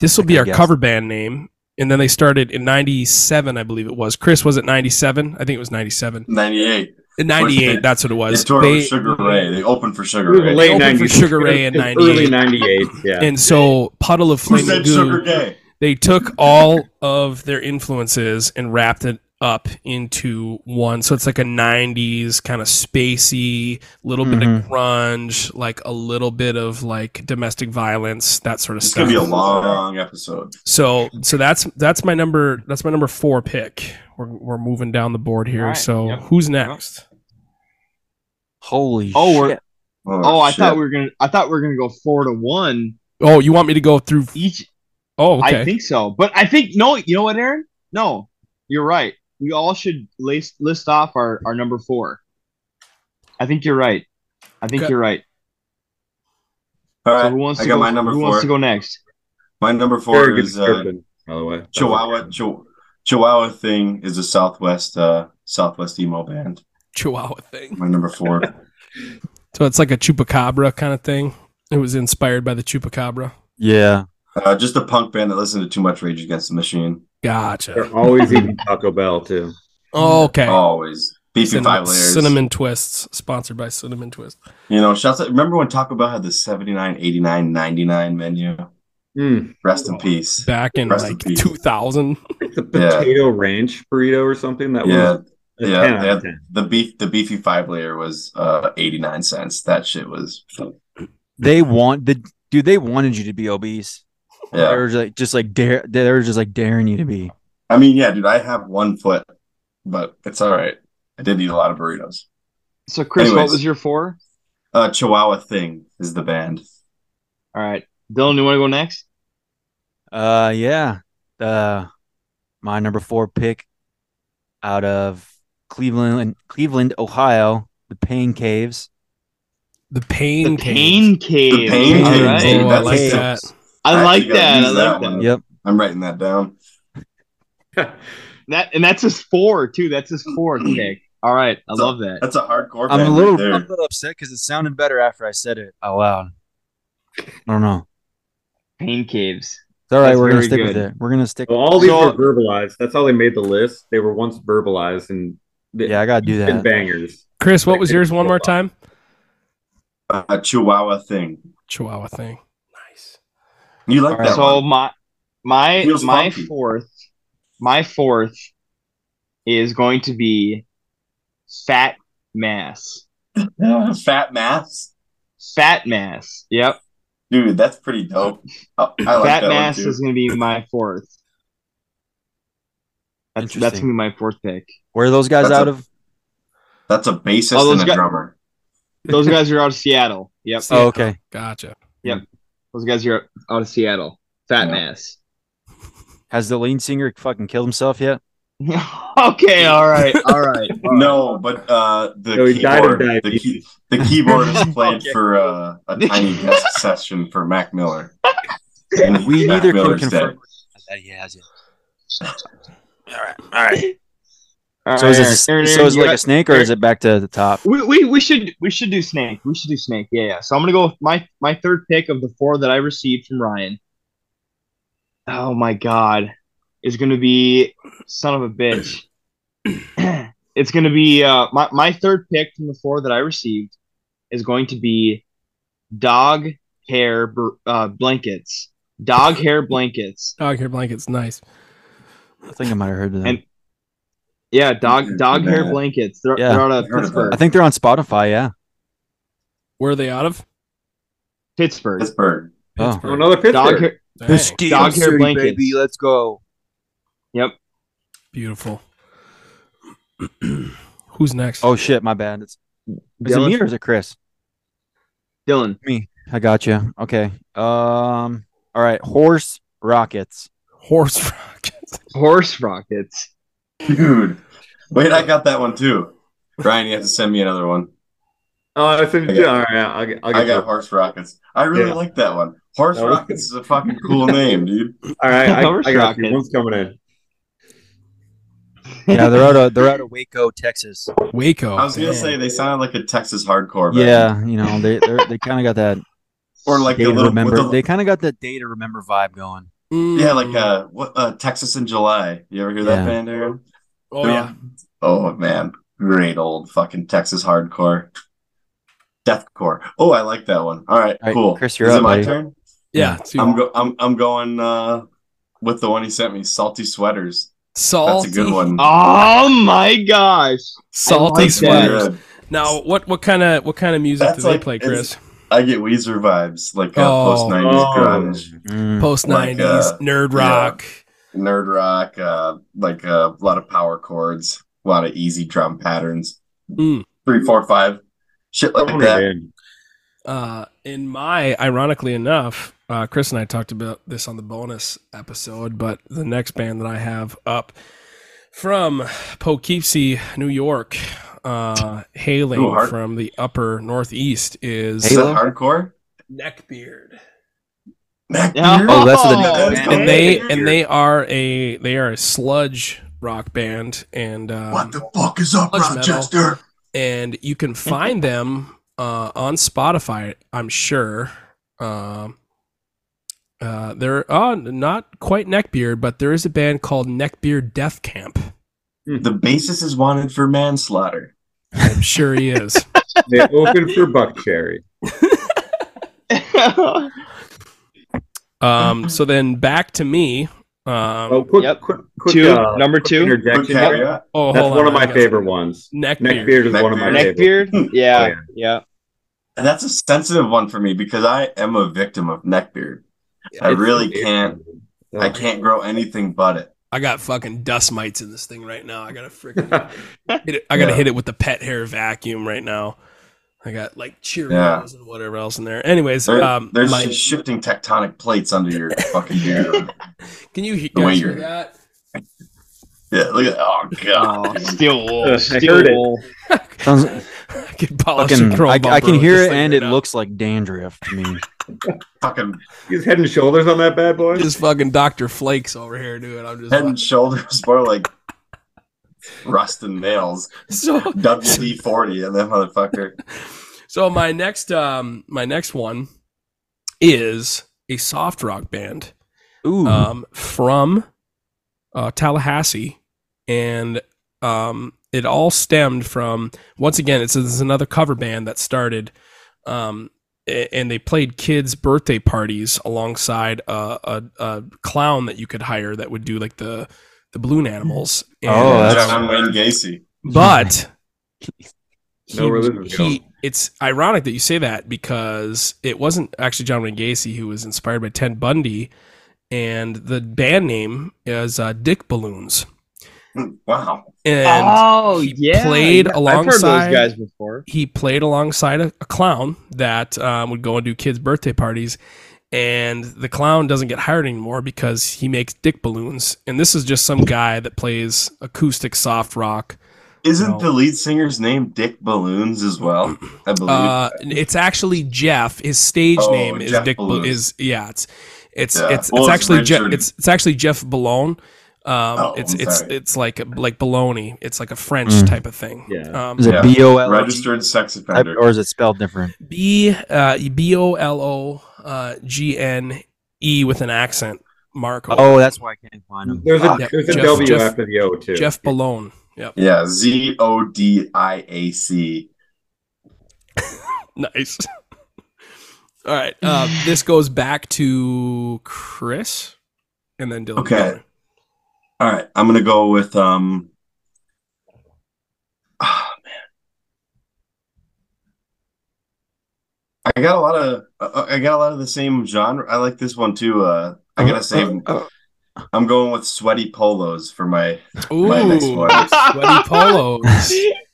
S3: This will be
S8: I
S3: our
S8: guess.
S3: cover band name. And then they started in '97, I believe it was. Chris was it '97? I think it was '97.
S4: Ninety-eight.
S3: '98, that's what it
S4: They
S3: was.
S4: toured
S3: They-
S4: with Sugar Ray. They opened for Sugar
S7: It was
S4: Ray.
S7: late
S3: opened for
S7: 90s.
S3: Sugar Ray in
S7: It was
S3: 98.
S7: Early 98, yeah.
S3: and so Puddle of
S4: Who
S3: Flaming
S4: said
S3: Goo.
S4: Sugar Gay?
S3: they took all of their influences and wrapped it up into one. So it's like a 90s kind of spacey, little bit of
S8: Mhm.
S3: grunge, like a little bit of like domestic violence, that sort of
S4: This
S3: stuff.
S4: could be a long episode.
S3: so so that's that's my number that's my number 4 pick. We're we're moving down the board here.
S7: All right,
S3: So
S7: yep.
S3: who's next?
S8: Holy
S1: Oh,
S8: shit!
S1: we're- Oh, I
S4: shit.
S1: thought we were gonna. I thought we were gonna go four to one
S3: Oh, you want me to go through
S1: each.
S3: Oh, okay.
S1: I think so, but I think no. You know what, Aaron? No, you're right. We all should list list off our our number four. I think you're right. I think
S3: Okay.
S1: you're right.
S4: All
S1: So
S4: right,
S1: who wants
S4: I
S1: to
S4: got
S1: go?
S4: my number
S1: who
S4: four.
S1: wants to go next?
S4: my number
S7: Very
S4: four
S7: good
S4: is uh,
S7: description, by the way.
S4: Chihuahua. Chi- Chihuahua thing is a Southwest uh, Southwest emo band.
S3: Chihuahua thing.
S4: My number four.
S3: So it's like a chupacabra kind of thing. It was inspired by the chupacabra.
S8: Yeah,
S4: uh, just a punk band that listened to too much Rage Against the Machine.
S3: Gotcha.
S7: They're always eating Taco Bell, too.
S4: Uh,
S3: Okay.
S4: Always beef and
S3: cinnamon,
S4: five layers.
S3: cinnamon twists sponsored by Cinnamon Twist.
S4: You know, shouts out, remember when Taco Bell had the 79, 89, 99 menu?
S7: Mm,
S4: Rest
S3: Oh.
S4: in peace.
S3: Back in
S4: Rest in
S3: like
S4: peace.
S3: 2000.
S7: it's a potato ranch burrito or something that
S4: Yeah,
S7: was a
S4: yeah,
S7: 10 out
S4: they
S7: of
S4: had-
S7: 10.
S4: the beef, the beefy five layer was uh 89 cents. That shit was
S8: They want the dude. They wanted you to be obese. They
S4: yeah.
S8: were like just like dare. They were just like daring you to be.
S4: I mean, yeah, dude, I have one foot, but it's all right. I did eat a lot of burritos.
S1: So Chris, what
S4: Anyways.
S1: was your four?
S4: Uh, Chihuahua Thing is the band.
S1: All right, Dylan, you want to go next?
S8: Uh, yeah. Uh, my number four pick out of Cleveland, Cleveland, Ohio, the Pain Caves.
S3: The pain.
S1: the pain cave.
S4: The Pain
S1: All
S4: Cave,
S1: right.
S4: dude,
S3: Oh, I
S4: that's
S3: like
S4: the-
S3: that.
S4: I
S1: I like
S4: actually gotta
S1: that. I like
S4: use
S1: that.
S4: that one.
S8: Yep.
S4: I'm writing that down.
S1: That and that's his four too. That's his four kick. All right, I
S4: Hmm. So-
S1: love that.
S4: That's a hardcore band.
S8: I'm a little,
S4: right there.
S8: I'm a little upset because it sounded better after I said it out loud. I don't know.
S1: Pain caves.
S8: It's all right.
S1: That's
S8: We're gonna
S1: very
S8: stick with
S1: good.
S8: it. We're gonna stick.
S7: Well, all these
S8: So-
S7: were verbalized. That's how they made the list. They were once verbalized and they-
S8: Yeah, I gotta do
S7: been
S8: that.
S7: bangers.
S3: Chris, what was yours one more time?
S4: a Uh, Chihuahua Thing.
S3: Chihuahua thing. Nice.
S4: You like
S8: Alright.
S4: that
S1: So
S4: one?
S1: my my
S4: Feels
S1: my
S4: funky.
S1: fourth my fourth is going to be fat mass.
S4: Fat Mass,
S1: Fat mass. Yep.
S4: dude, that's pretty dope. Oh, I like
S1: fat
S4: that one,
S1: mass
S4: too.
S1: is going to be my fourth. That's that's going to
S8: Interesting.
S1: be my fourth pick.
S8: Where are those guys
S4: That's
S8: out
S4: a-
S8: of?
S4: That's a bassist
S1: Oh, those
S4: and a
S1: guy-
S4: drummer.
S1: Those guys are out of Seattle. Yep.
S3: See-
S8: Oh, okay.
S3: Gotcha.
S1: Those guys are out of Seattle. Fat
S4: Yeah.
S1: mass.
S8: Has the lead singer fucking killed himself yet?
S1: okay. All right. All right.
S4: No, but uh, the
S7: No, he died of
S4: keyboard, the, key,
S7: diabetes.
S4: the keyboard is played
S1: Okay.
S4: for uh, a tiny guest session for Mac Miller.
S8: We
S4: Mac
S8: neither can
S4: Miller's dead.
S8: confirm that he has it.
S1: All
S8: So is
S1: right, all
S8: it,
S1: right,
S8: so is it
S1: all right.
S8: like a snake or is it back to the top?
S1: We, we we should we should do snake. We should do snake. Yeah, yeah. So I'm gonna go with my my third pick of the four that I received from Ryan. Oh my god, is gonna be son of a bitch. it's gonna be uh my my third pick from the four that I received is going to be dog hair br- uh, blankets. Dog hair blankets.
S3: Dog hair blankets. Nice.
S8: I think I might have heard of them.
S1: And- Yeah, dog dog hair
S4: Yeah.
S1: blankets. They're,
S8: Yeah.
S1: they're out of
S4: Heard of
S1: Pittsburgh.
S8: I think they're on Spotify. Yeah.
S3: Where are they out of?
S1: Pittsburgh.
S4: Pittsburgh.
S8: Oh.
S7: Oh, another Pittsburgh.
S1: Dog hair.
S3: Dang.
S1: Dog hair City, blankets. baby,
S8: Let's go.
S3: Beautiful. Who's next?
S8: Oh shit, my bad. It's is it
S1: Dylan?
S8: me or is it Chris?
S1: Dylan.
S8: Me. I got you. Okay. Um. All right. Horse rockets.
S3: Horse rockets.
S1: Horse rockets.
S4: Dude. Wait, I got that one too. Ryan, you have to send me another one.
S7: Oh, I said,
S4: I got-
S7: yeah, all right, I'll, get- I'll get
S4: I got
S7: that.
S4: Horse Rockets. I really
S7: Yeah.
S4: like that one. Horse
S7: That was Oh,
S4: Rockets is a fucking cool name, dude.
S7: All right, I,
S1: Horse
S7: I got you.
S1: rocket.
S7: One's coming in.
S8: Yeah, they're out of they're out of Waco, Texas.
S3: Waco.
S4: I was gonna
S3: Damn.
S4: say they sounded like a Texas hardcore band.
S8: Yeah, you know they they're, they kind of got that
S4: Or like
S8: day
S4: the
S8: to
S4: little
S8: remember.
S4: with the-
S8: they kind of got that day to remember vibe going.
S3: Mm.
S4: Yeah, like uh what uh Texas in July. You ever hear that
S8: Yeah.
S4: band, Aaron?
S3: Oh yeah.
S4: Oh man. Great old fucking Texas hardcore. Deathcore. Oh, I like that one. All right,
S8: All right,
S4: cool.
S8: Chris, you're
S4: is
S8: up,
S4: it my
S8: buddy.
S4: turn?
S3: Yeah. it's you.
S4: I'm go I'm I'm going uh with the one he sent me, Salty Sweaters. That's
S3: salty.
S4: a good one.
S1: Oh my gosh.
S3: Salty
S1: I like
S3: sweaters.
S4: Good.
S3: Now, what what kind of what kind of music
S4: That's
S3: do they
S4: like-
S3: play,
S4: it's-
S3: Chris?
S4: I get Weezer vibes, like uh,
S3: Oh.
S4: post nineties grunge,
S8: Mm.
S3: Post
S4: like,
S3: nineties
S4: uh,
S3: nerd
S4: yeah.
S3: rock.
S4: nerd rock, uh, like uh, a lot of power chords, a lot of easy drum patterns,
S3: Mm.
S4: three, four, five, shit like
S7: Coming
S4: that.
S7: in.
S3: Uh, in my, ironically enough, uh, Chris and I talked about this on the bonus episode, but the next band that I have up from Poughkeepsie, New York, uh, hailing
S4: Ooh, hard-
S3: from the upper northeast is
S4: Is
S8: Halo?
S4: that hardcore?
S3: Neckbeard.
S1: Yeah.
S4: Neckbeard?
S8: Oh, that's the-
S4: That's
S1: man.
S4: cool.
S3: And they and they are a they are a sludge rock band and um,
S4: What the fuck is up,
S3: Sludge metal.
S4: Rochester?
S3: and you can find them uh, on Spotify. I'm sure. Um, uh, they're uh, not quite Neckbeard, but there is a band called Neckbeard Death Camp.
S4: The basis is wanted for manslaughter.
S3: I'm sure he is.
S7: They opened for Buck Cherry.
S3: Um, so then back to me. Um,
S7: Oh, quick,
S1: Yep.
S7: quick, quick
S1: Two,
S7: uh,
S1: number
S7: quick
S1: two.
S4: Quick
S7: interjection.
S4: caveat.
S3: oh,
S7: That's
S3: hold on,
S7: one of
S3: I
S7: my
S3: got-
S7: favorite ones.
S3: Neckbeard.
S7: Neckbeard is one of my
S4: Neckbeard.
S7: favorites.
S1: Neckbeard? Yeah, yeah.
S4: And that's a sensitive one for me because I am a victim of neckbeard. I really can't. I can't grow anything but it.
S3: I got fucking dust mites in this thing right now. I gotta freaking hit it. I gotta
S4: Yeah.
S3: hit it with the pet hair vacuum right now. I got like Cheerios
S4: Yeah.
S3: and whatever else in there. Anyways,
S4: There-
S3: um,
S4: there's
S3: my-
S4: just shifting tectonic plates under your fucking ear.
S3: can you he-
S4: the way
S3: guys hear
S4: you're-
S3: that?
S4: Yeah, look at oh god.
S1: steel wool.
S7: Uh, I
S1: steel
S7: heard it.
S1: wool.
S8: Sounds-
S3: I could polish
S8: fucking,
S3: a chrome
S8: I, I
S3: bumper
S8: can
S3: with
S8: hear
S3: this
S8: it,
S3: thing
S8: and
S3: right
S8: it
S3: now.
S8: looks like dandruff to me.
S4: Fucking
S7: He's head and shoulders on that bad boy.
S3: Just fucking Doctor Flakes over here, dude. I'm just
S4: head and shoulders more like rust and nails.
S3: so
S4: WD forty and that motherfucker.
S3: So my next um my next one is a soft rock band
S8: Ooh,
S3: um from uh Tallahassee and um it all stemmed from once again it's, it's another cover band that started um a- and they played kids birthday parties alongside a, a, a clown that you could hire that would do like the the balloon animals and um,
S8: Oh, that's-
S4: John Wayne Gacy.
S3: but he,
S7: No religion,
S3: he it's ironic that you say that because it wasn't actually John Wayne Gacy who was inspired by Ted Bundy, and the band name is uh, Dick Balloons,
S4: Hmm, Wow.
S3: and
S1: Oh
S3: he
S1: yeah,
S3: played
S1: yeah.
S3: alongside-
S1: I've heard those guys before.
S3: he played alongside a, a clown that um, would go and do kids' birthday parties. And the clown doesn't get hired anymore because he makes dick balloons. And this is just some guy that plays acoustic soft rock.
S4: Isn't
S3: No.
S4: the lead singer's name Dick Balloons as well? I believe.
S3: Uh, it's actually Jeff. His stage
S4: Oh,
S3: name is
S4: Jeff
S3: Dick. Bal-
S4: Balloon.
S3: is yeah. It's it's
S4: Yeah.
S3: it's,
S4: Well,
S3: it's
S4: it's
S3: actually Jeff.
S4: Richard.
S3: It's it's actually Jeff Balone. Um,
S4: Oh,
S3: it's
S4: I'm
S3: it's
S4: sorry.
S3: it's like like baloney. It's like a French
S8: Mm.
S3: type of thing.
S7: Yeah.
S3: Um,
S8: is it
S4: yeah.
S8: B O L?
S4: Registered sex
S8: Type-
S4: offender.
S8: or is it spelled different?
S3: B uh, B O L O uh, G N E with an accent. Mark.
S8: Oh, that's why I can't find Ah, him.
S7: There's a
S3: Yeah,
S7: there's a
S3: Jeff-
S7: W
S3: Jeff-
S7: after the O too.
S3: uh, Jeff Balone. Yep.
S4: Yeah, Z O D I A C.
S3: Nice. All right. Uh, this goes back to Chris, and then Dylan.
S4: Okay. All right, I'm gonna go with um. Ah man, I got a lot of uh, I I got a lot of the same genre. I like this one too. Uh, I gotta say,
S3: uh,
S4: I'm going with sweaty polos for my
S3: Ooh.
S4: my next one.
S3: sweaty polos.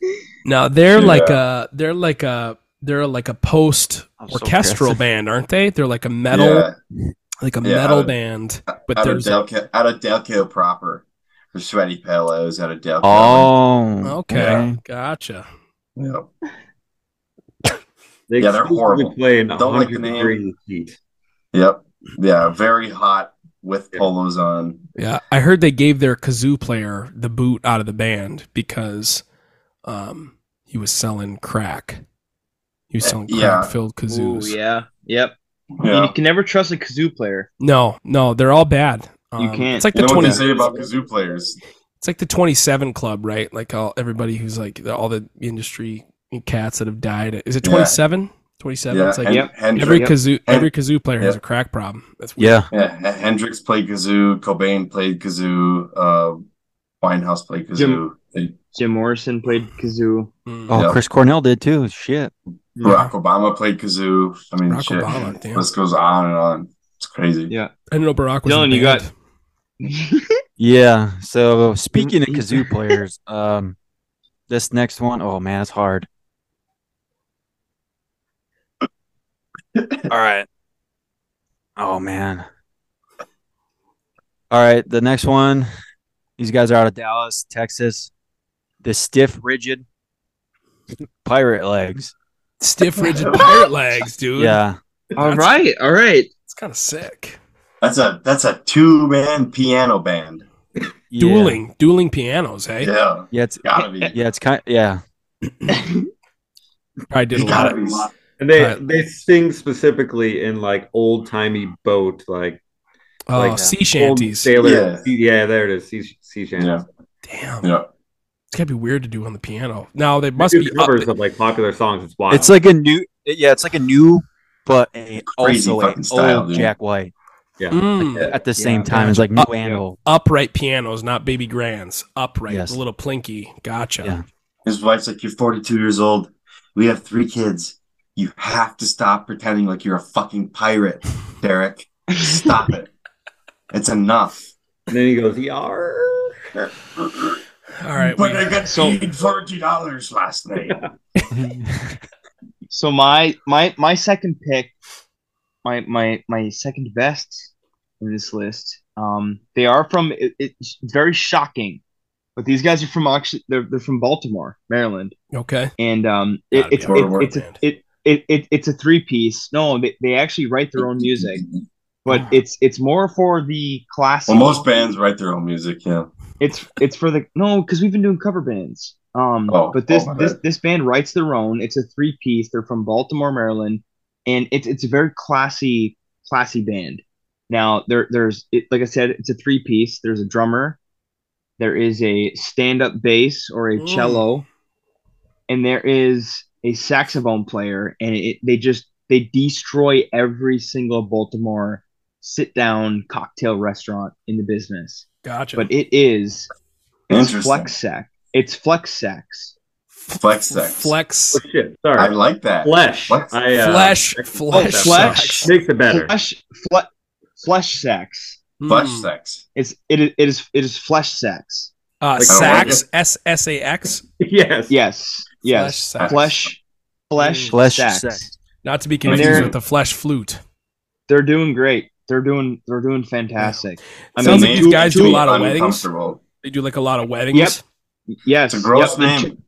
S3: Now they're
S4: Yeah.
S3: like a they're like a they're like a post
S8: I'm so
S3: orchestral
S8: pissed.
S3: band, aren't they? They're like a metal
S4: Yeah,
S3: like a
S4: Yeah,
S3: metal
S4: I would-
S3: band, but
S4: out of
S3: there's
S4: Delco, out of Delco proper for sweaty polos out of Delco.
S8: Oh,
S3: okay,
S4: Yeah.
S3: gotcha.
S4: Yeah.
S7: They
S4: Yeah, they're
S7: exclusively
S4: horrible.
S7: Play in
S4: Don't like the
S7: 100
S4: name.
S7: degree heat.
S4: Yep. Yeah. Very hot with
S7: Yeah.
S4: polos on.
S3: Yeah, I heard they gave their kazoo player the boot out of the band because um he was selling crack. He was selling crack
S4: Eh, Yeah.
S3: filled
S1: Ooh,
S3: kazoos.
S1: yeah, yep.
S4: Yeah.
S1: You can never trust a kazoo player.
S3: No, no, they're all bad. Um,
S1: You can't.
S3: It's like
S4: You
S3: the
S4: know what
S3: twenty.
S4: they say about kazoo players?
S3: It's like the 27 club, right? Like all everybody who's like all the industry cats that have died. Is it
S4: Yeah.
S3: 27? 27.
S4: Yeah.
S3: It's like
S4: Hen-
S1: yep.
S4: Hendrix.
S3: every kazoo every kazoo player has
S4: Yeah.
S3: a crack problem. That's weird.
S8: yeah.
S4: Yeah, H- Hendrix played kazoo. Cobain played kazoo. Uh, Winehouse played kazoo. They-
S1: Jim Morrison played kazoo.
S3: Mm.
S8: Oh,
S4: Yeah.
S8: Chris Cornell did too. Shit.
S4: Barack Obama played kazoo. I mean,
S3: Barack
S4: shit.
S3: Obama, damn.
S4: This goes on and on. It's crazy.
S1: Yeah.
S3: I didn't know Barack was. in
S1: Dylan,
S3: the
S1: you
S3: band.
S8: Yeah. So speaking of kazoo players, um, this next one, oh man, it's hard. All right. Oh man. All right. The next one. These guys are out of Dallas, Texas. The stiff, rigid pirate legs.
S3: stiff rigid pirate legs, dude.
S8: Yeah.
S1: all right, all right.
S3: It's kind of sick.
S4: That's a that's a two man piano band.
S8: yeah.
S3: Dueling, dueling pianos. Hey,
S4: Yeah,
S8: Yeah. It's
S4: gotta be.
S8: yeah. It's kind. Yeah.
S3: probably did a
S4: It's
S3: lot.
S4: gotta
S3: Of,
S4: be.
S7: And they
S3: Alright.
S7: they sing specifically in like old timey boat like
S3: oh,
S7: like
S3: sea
S7: old
S3: shanties.
S7: sailor.
S4: Yeah.
S7: Yeah. there it is. Sea, sea shanties.
S4: Yeah.
S3: Damn.
S4: Yeah,
S3: It's gotta be weird to do on the piano. Now they must
S7: They
S3: be
S7: do
S3: up-
S7: covers of like popular songs. It's wild.
S8: It's like a new, yeah, it's like a new, but a,
S4: Crazy
S8: also a
S4: fucking style,
S8: old
S4: dude.
S8: Jack White
S3: Mm,
S4: Yeah.
S8: at the same time. It's like new
S3: Up-
S8: anvil.
S3: upright pianos, not baby grands. Upright,
S8: Yes.
S3: the little plinky. Gotcha.
S8: Yeah.
S4: His wife's like, You're 42 years old. We have three kids. You have to stop pretending like you're a fucking pirate, Derek. Stop it. It's enough.
S7: and then he goes, Oh, "Yar."
S3: All right.
S4: but
S3: we-
S4: I got
S1: So-
S4: paid $40 last night.
S1: So my my my second pick, my my my second best in this list. Um, they are from it, it's very shocking, but these guys are from actually they're they're from Baltimore, Maryland,
S3: okay.
S1: and um, it,
S3: Gotta be
S1: it's
S4: a
S1: it,
S4: word
S1: it's a,
S3: band.
S1: it, it it it's a three piece. No, they they actually write their own music, but it's it's more for the classic.
S4: Well, most bands write their own music, yeah.
S1: It's it's for the no, because we've been doing cover bands. Um,
S4: Oh,
S1: but this
S4: oh, my
S1: this
S4: bad.
S1: this band writes their own. It's a three piece. They're from Baltimore, Maryland, and it's it's a very classy classy band. Now there there's it, like I said, it's a three piece. There's a drummer, there is a stand up bass or a
S3: Mm.
S1: cello, and there is a saxophone player, and it, they just they destroy every single Baltimore sit down cocktail restaurant in the business
S3: Gotcha.
S1: but it is it's
S4: Interesting.
S1: flex sex. It's flex sex.
S4: Flex sex.
S3: Flex.
S7: Oh, shit.
S4: I
S7: Sorry.
S4: like that.
S7: Flesh.
S4: What?
S7: I, uh,
S3: Flesh.
S7: I-
S3: Flesh.
S1: Oh, flesh.
S7: Makes it better.
S1: Flesh, fle- flesh sex.
S3: Mm.
S4: Flesh sex.
S1: It's it, is- it is it is flesh sex.
S3: Uh,
S7: Like-
S3: sax. S S A X.
S7: yes.
S1: Yes,
S3: Flesh
S1: yes.
S3: sex.
S1: Flesh, flesh,
S8: Flesh
S1: sex.
S8: sex.
S3: Not to be
S4: And
S3: confused
S1: they're-
S3: with the flesh flute.
S1: They're doing great. They're doing they're doing fantastic. I
S3: Sounds
S1: mean,
S3: like
S4: The
S3: you
S4: name
S3: guys
S4: makes
S3: do a
S4: me
S3: lot of weddings.
S4: uncomfortable.
S3: They do like a lot of weddings.
S1: Yep. yes,
S4: It's a
S1: yep,
S4: gross
S1: the
S4: name.
S1: two-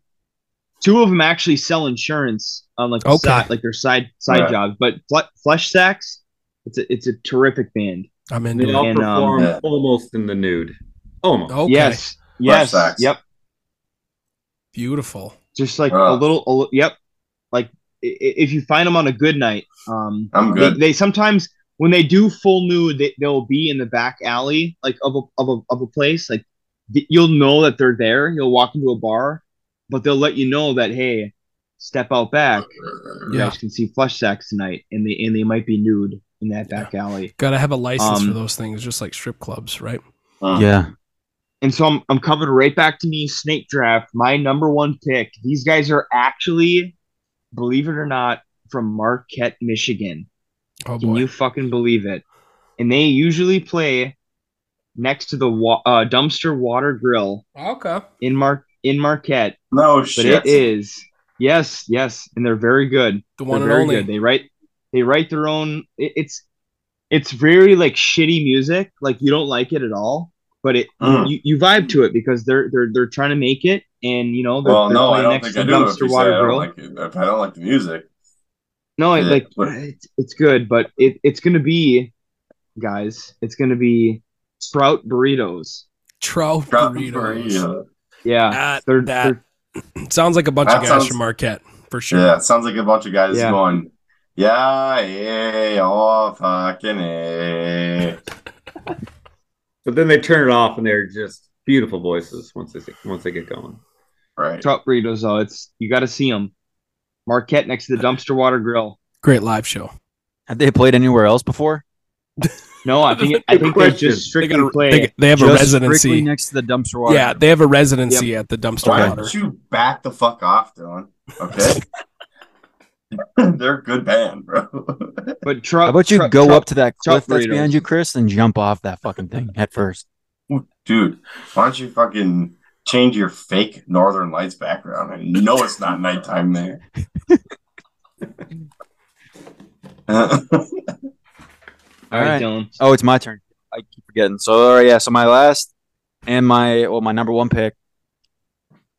S1: Two of them actually sell insurance on like the
S3: Okay.
S1: side, like their side side
S4: Right.
S1: jobs. But fle- flesh sex, it's a it's a terrific band.
S3: I'm
S7: And
S3: into
S7: they
S3: it.
S7: all
S1: And, um,
S7: perform
S4: yeah.
S7: almost in the nude. Almost.
S3: Okay.
S1: Yes, yes,
S4: sex.
S1: yep.
S3: Beautiful.
S1: just like a
S4: Rough.
S1: little, a li- yep like i- i- if you find them on a good night um
S4: I'm
S1: they,
S4: good.
S1: they sometimes when they do full nude they, they'll be in the back alley like of a, of a, of a place like th- you'll know that they're there you'll walk into a bar but they'll let you know that hey step out back you
S3: Yeah.
S1: guys can see flush sacks tonight and they and they might be nude in that back alley
S3: Gotta have a license
S1: Um,
S3: for those things, just like strip clubs, right?
S8: yeah.
S1: and so I'm, I'm coming right back to me snake draft my number one pick these guys are actually believe it or not from marquette michigan
S3: Oh
S1: Can
S3: boy.
S1: you fucking believe it? And they usually play next to the wa- uh, dumpster water grill
S3: okay.
S1: in Mar- in Marquette,
S4: No
S1: but
S4: shit.
S1: it is yes, yes, and they're very good.
S3: The
S1: They're
S3: one and
S1: very
S3: only.
S1: good. They write they write their own. It, it's it's very like shitty music. Like you don't like it at all, but it
S4: Mm.
S1: you, you vibe to it because they're they're they're trying to make it, and you know they're,
S4: Well,
S1: they're
S4: no, I
S1: playing
S4: don't
S1: next
S4: think
S1: to
S4: I
S1: the
S4: do. If
S1: dumpster
S4: you say I
S1: water
S4: don't
S1: grill.
S4: like it, if I don't like the music,
S1: No, it,
S4: Yeah,
S1: like
S4: but-
S1: it's, it's good, but it, it's gonna be, guys, it's gonna be sprout burritos.
S3: Trout
S4: drop
S3: burritos.
S4: burrito.
S1: Yeah,
S3: That,
S1: they're,
S3: that
S1: they're
S3: sounds like a bunch of
S4: That
S3: guys
S4: sounds-
S3: from Marquette for sure.
S4: Yeah, it sounds like a bunch of guys
S1: Yeah.
S4: going, yeah, yeah, oh, fucking eh.
S7: But then they turn it off, and they're just beautiful voices once they once they get going.
S4: Right.
S1: sprout burritos. Though it's you got to see them. Marquette next to the dumpster water grill.
S3: Great live show.
S8: Have they played anywhere else before?
S1: No, I think I think they
S7: Question.
S1: just
S3: They,
S1: strictly
S3: got a,
S1: play.
S3: they, they have a
S8: Just strictly
S3: residency.
S8: next to the dumpster water.
S3: yeah, they have a residency at the dumpster
S4: Why
S3: water.
S4: don't you back the fuck off, Dylan? Okay. They're a good band, bro.
S1: but trout.
S8: How about you
S1: trout-
S8: go
S1: trout-
S8: up to that
S1: trout
S8: cliff that's behind
S1: burritos.
S8: you, Chris, and jump off that fucking thing head first?
S4: Dude, why don't you fucking change your fake Northern Lights background? I know it's not nighttime there.
S1: All right, Dylan.
S8: Oh, it's my turn. I keep forgetting. So, all right, yeah. So my last and my well, my number one pick.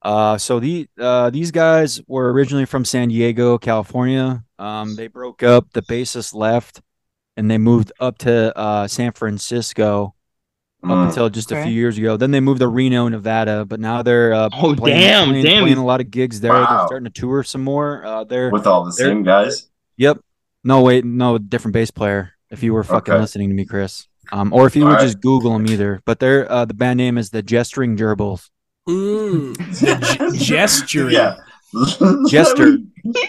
S8: Uh, so the uh, these guys were originally from San Diego, California. Um, they broke up. The bassist left, and they moved up to uh, San Francisco up
S4: Mm.
S8: until just a
S1: Okay.
S8: few years ago. Then they moved to Reno, Nevada, but now they're uh,
S1: Oh damn,
S8: playing,
S1: damn.
S8: playing a lot of gigs there. They're
S4: Wow.
S8: starting to tour some more. Uh, they're
S4: With all the
S8: They're-
S4: same guys.
S8: Yep. No, wait, no, different bass player. If you were fucking
S4: Okay.
S8: listening to me, Chris. Um, or if you would
S4: Alright.
S8: just Google them either. But they're uh, the band name is the Gesturing Gerbils.
S3: Mm, the g- gesturing.
S4: yeah.
S8: Jester.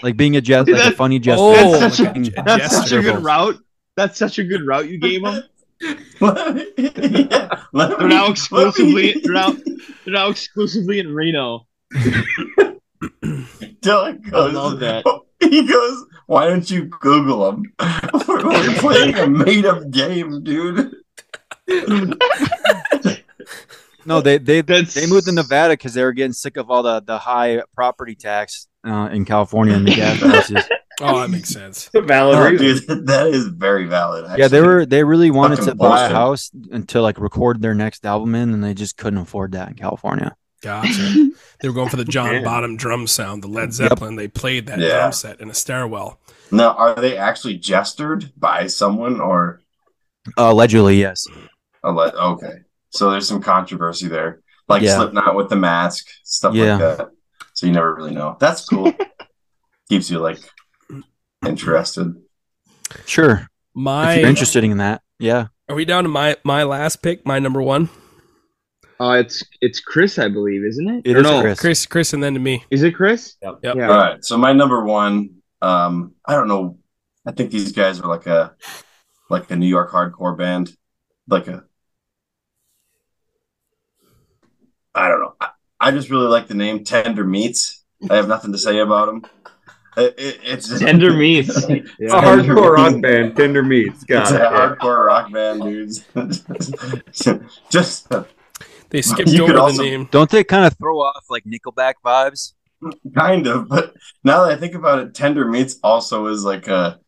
S8: like being a jest, like a funny jester.
S3: Oh,
S1: That's such a-
S8: Fucking
S1: That's such a
S8: jester.
S1: good route. That's such a good route you gave them.
S4: Let me- yeah, let
S1: They're
S4: me-
S1: now
S4: let
S1: exclusively
S4: me-
S1: they're now, they're now exclusively in Reno.
S4: Dylan goes,
S1: love that.
S4: He goes, why don't you Google him? We're, we're playing a made-up game, dude.
S8: No, they they
S1: That's
S8: they moved to Nevada because they were getting sick of all the the high property tax uh, in California and the gas prices.
S3: Oh, that makes sense.
S7: It's a valid
S4: Oh,
S7: reason.
S4: dude, that is very valid. Actually.
S8: yeah, they were they really wanted
S4: Fucking
S8: to buy a
S4: bullshit.
S8: house and to like record their next album in, and they just couldn't afford that in California.
S3: Gotcha. They were going for the John
S7: Yeah.
S3: Bottom drum sound, the Led
S8: Yep.
S3: Zeppelin. They played that
S4: Yeah.
S3: drum set in a stairwell.
S4: Now, are they actually gestured by someone or?
S8: allegedly, yes.
S4: a le- Okay, so there's some controversy there, like
S8: Yeah.
S4: Slipknot with the mask, stuff
S8: Yeah.
S4: like that. So you never really know. That's cool. Keeps you like interested.
S8: Sure. if
S3: My
S8: you're interested in that, yeah.
S3: are we down to my my last pick, my number one?
S1: uh, it's it's Chris, I believe, isn't it?
S8: It
S1: Or
S8: is
S1: no,
S8: Chris.
S3: Chris, Chris, and then to me.
S1: Is it Chris?
S7: Yep.
S3: Yep.
S1: Yeah.
S4: All right. So my number one, um, I don't know. I think these guys are like a like a New York hardcore band, like a. I don't know. I, I just really like the name Tender Meats. I have nothing to say about them. It, it, it's just,
S1: Tender Meats.
S7: It's a
S1: Yeah.
S7: hardcore rock band, Tender Meats.
S4: It's
S7: Got
S4: a
S7: it. yeah.
S4: hardcore rock band, dudes. just
S3: They skipped
S4: You could
S3: over the
S4: also-
S3: name.
S8: Don't they kind of throw off like Nickelback vibes?
S4: kind of, but now that I think about it, Tender Meats also is like a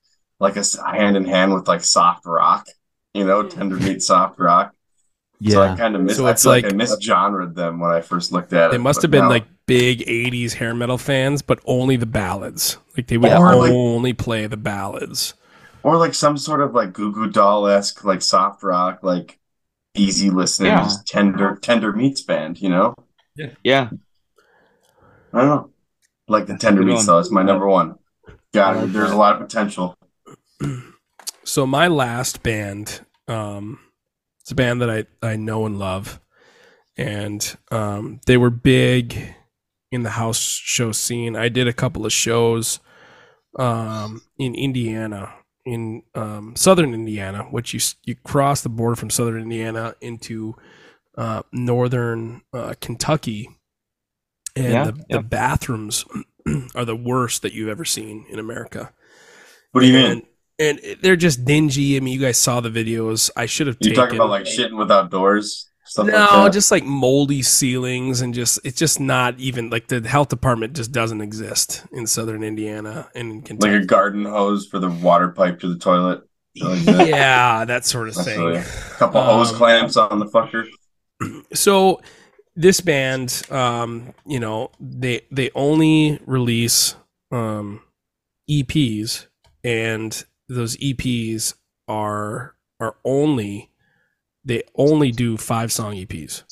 S4: like a s- hand in hand with like soft rock. You know, Tender Meats soft rock. So I
S8: Yeah.
S4: kind of miss.
S3: So
S4: I
S3: it's
S4: feel like,
S3: like-
S4: I misgenred them when I first looked at it.
S3: They must
S4: but
S3: have been
S4: now-
S3: like big '80s hair metal fans, but only the ballads. Like they would
S4: Or, like-
S3: only play the ballads.
S4: or like some sort of like Goo Goo Doll esque like soft rock like easy listening
S1: Yeah.
S4: just tender tender meats band. You know,
S1: yeah.
S4: I don't know. Like the Tender
S1: Good
S4: Meats
S1: one.
S4: though, it's my number one. Got it. There's a lot of potential.
S3: So my last band, um, it's a band that I, I know and love, and um, they were big in the house show scene. I did a couple of shows um, in Indiana, in um, southern Indiana, which you s- you cross the border from southern Indiana into uh, northern uh, Kentucky, and
S1: Yeah,
S3: the, the bathrooms are the worst that you've ever seen in America
S4: What do you mean?
S3: and, and it- they're just dingy. I mean, you guys saw the videos. I should have
S4: You
S3: taken.
S4: talking about like shitting without doors? Stuff like
S3: no,
S4: that.
S3: just like moldy ceilings and just it's just not even like the health department just doesn't exist in southern Indiana and in
S4: like
S3: Kentucky.
S4: a garden hose for the water pipe to the toilet. Like that.
S3: yeah, that sort of
S4: That's
S3: thing.
S4: really- Couple hose
S3: Um,
S4: clamps on the fucker.
S3: so this band um you know they they only release um eps and those E eps are are only they only do five song eps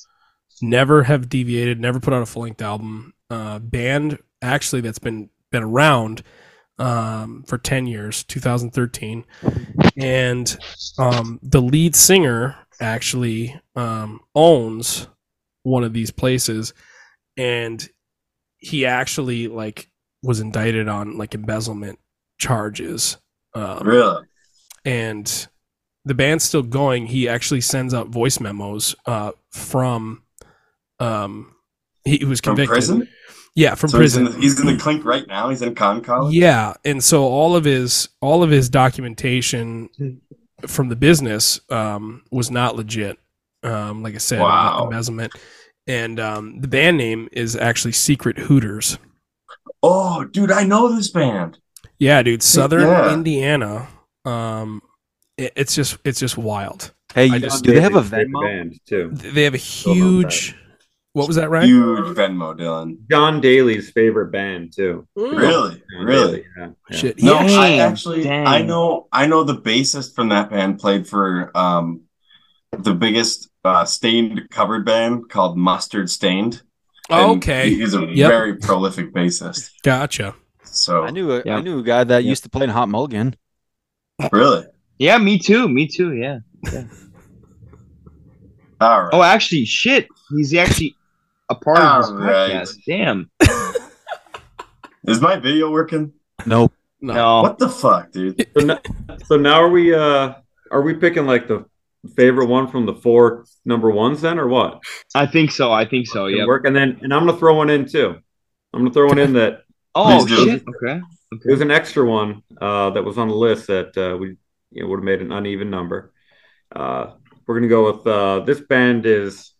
S3: never have deviated never put out a full-length album uh band actually that's been been around um for 10 years 2013 and um, the lead singer actually um, owns one of these places and he actually like was indicted on like embezzlement charges um,
S4: Really?
S3: and the band's still going he actually sends out voice memos uh, from um, he, he was
S4: From
S3: convicted
S4: prison?
S3: yeah from
S4: So
S3: prison
S4: He's in, the, he's in the clink right now. He's in con college.
S3: yeah, and so all of his all of his documentation from the business um, was not legit. Um, like I said,
S4: Wow.
S3: embezzlement, and um, the band name is actually Secret Hooters.
S4: Oh, dude, I know this band.
S3: Yeah, dude, Southern
S4: Yeah.
S3: Indiana. Um, it- it's just it's just wild.
S8: Hey,
S3: I
S8: you-
S3: just-
S8: do they have a
S7: Great
S8: Venmo?
S7: band too?
S3: They have a
S7: about that.
S3: huge. What was that, right?
S4: Huge Venmo, Dylan.
S7: John Daly's favorite band too.
S4: Really?
S7: John
S4: Really?
S7: Daly, yeah, yeah.
S3: Shit.
S4: No,
S3: yeah.
S4: I
S1: Dang,
S4: actually
S1: dang.
S4: I know I know the bassist from that band played for um the biggest uh, stained covered band called Mustard Stained.
S3: Oh,
S4: And
S3: okay,
S4: He's a
S3: Yep.
S4: very prolific bassist.
S3: gotcha.
S4: So
S8: I knew a, I
S1: Yeah.
S8: knew a guy that
S1: Yeah.
S8: used to play in Hot Mulligan.
S4: really?
S1: Yeah, me too. Me too, yeah.
S4: All right.
S1: Oh actually shit. He's actually a part of this
S4: All right.
S1: podcast. Damn.
S4: Is my video working?
S8: Nope.
S3: No.
S1: No.
S4: Uh, What the fuck, dude?
S7: So, no, so now are we uh are we picking like the favorite one from the four number ones then or what?
S1: I think so. I think so.
S7: Can
S1: Oh, Yeah.
S7: Work and then and I'm gonna throw one in too. I'm gonna throw one in that
S1: Oh
S4: Please do.
S1: shit. Okay.
S7: It was an extra one uh, that was on the list that uh, we you know, would have made an uneven number. Uh, we're gonna go with uh, this band is,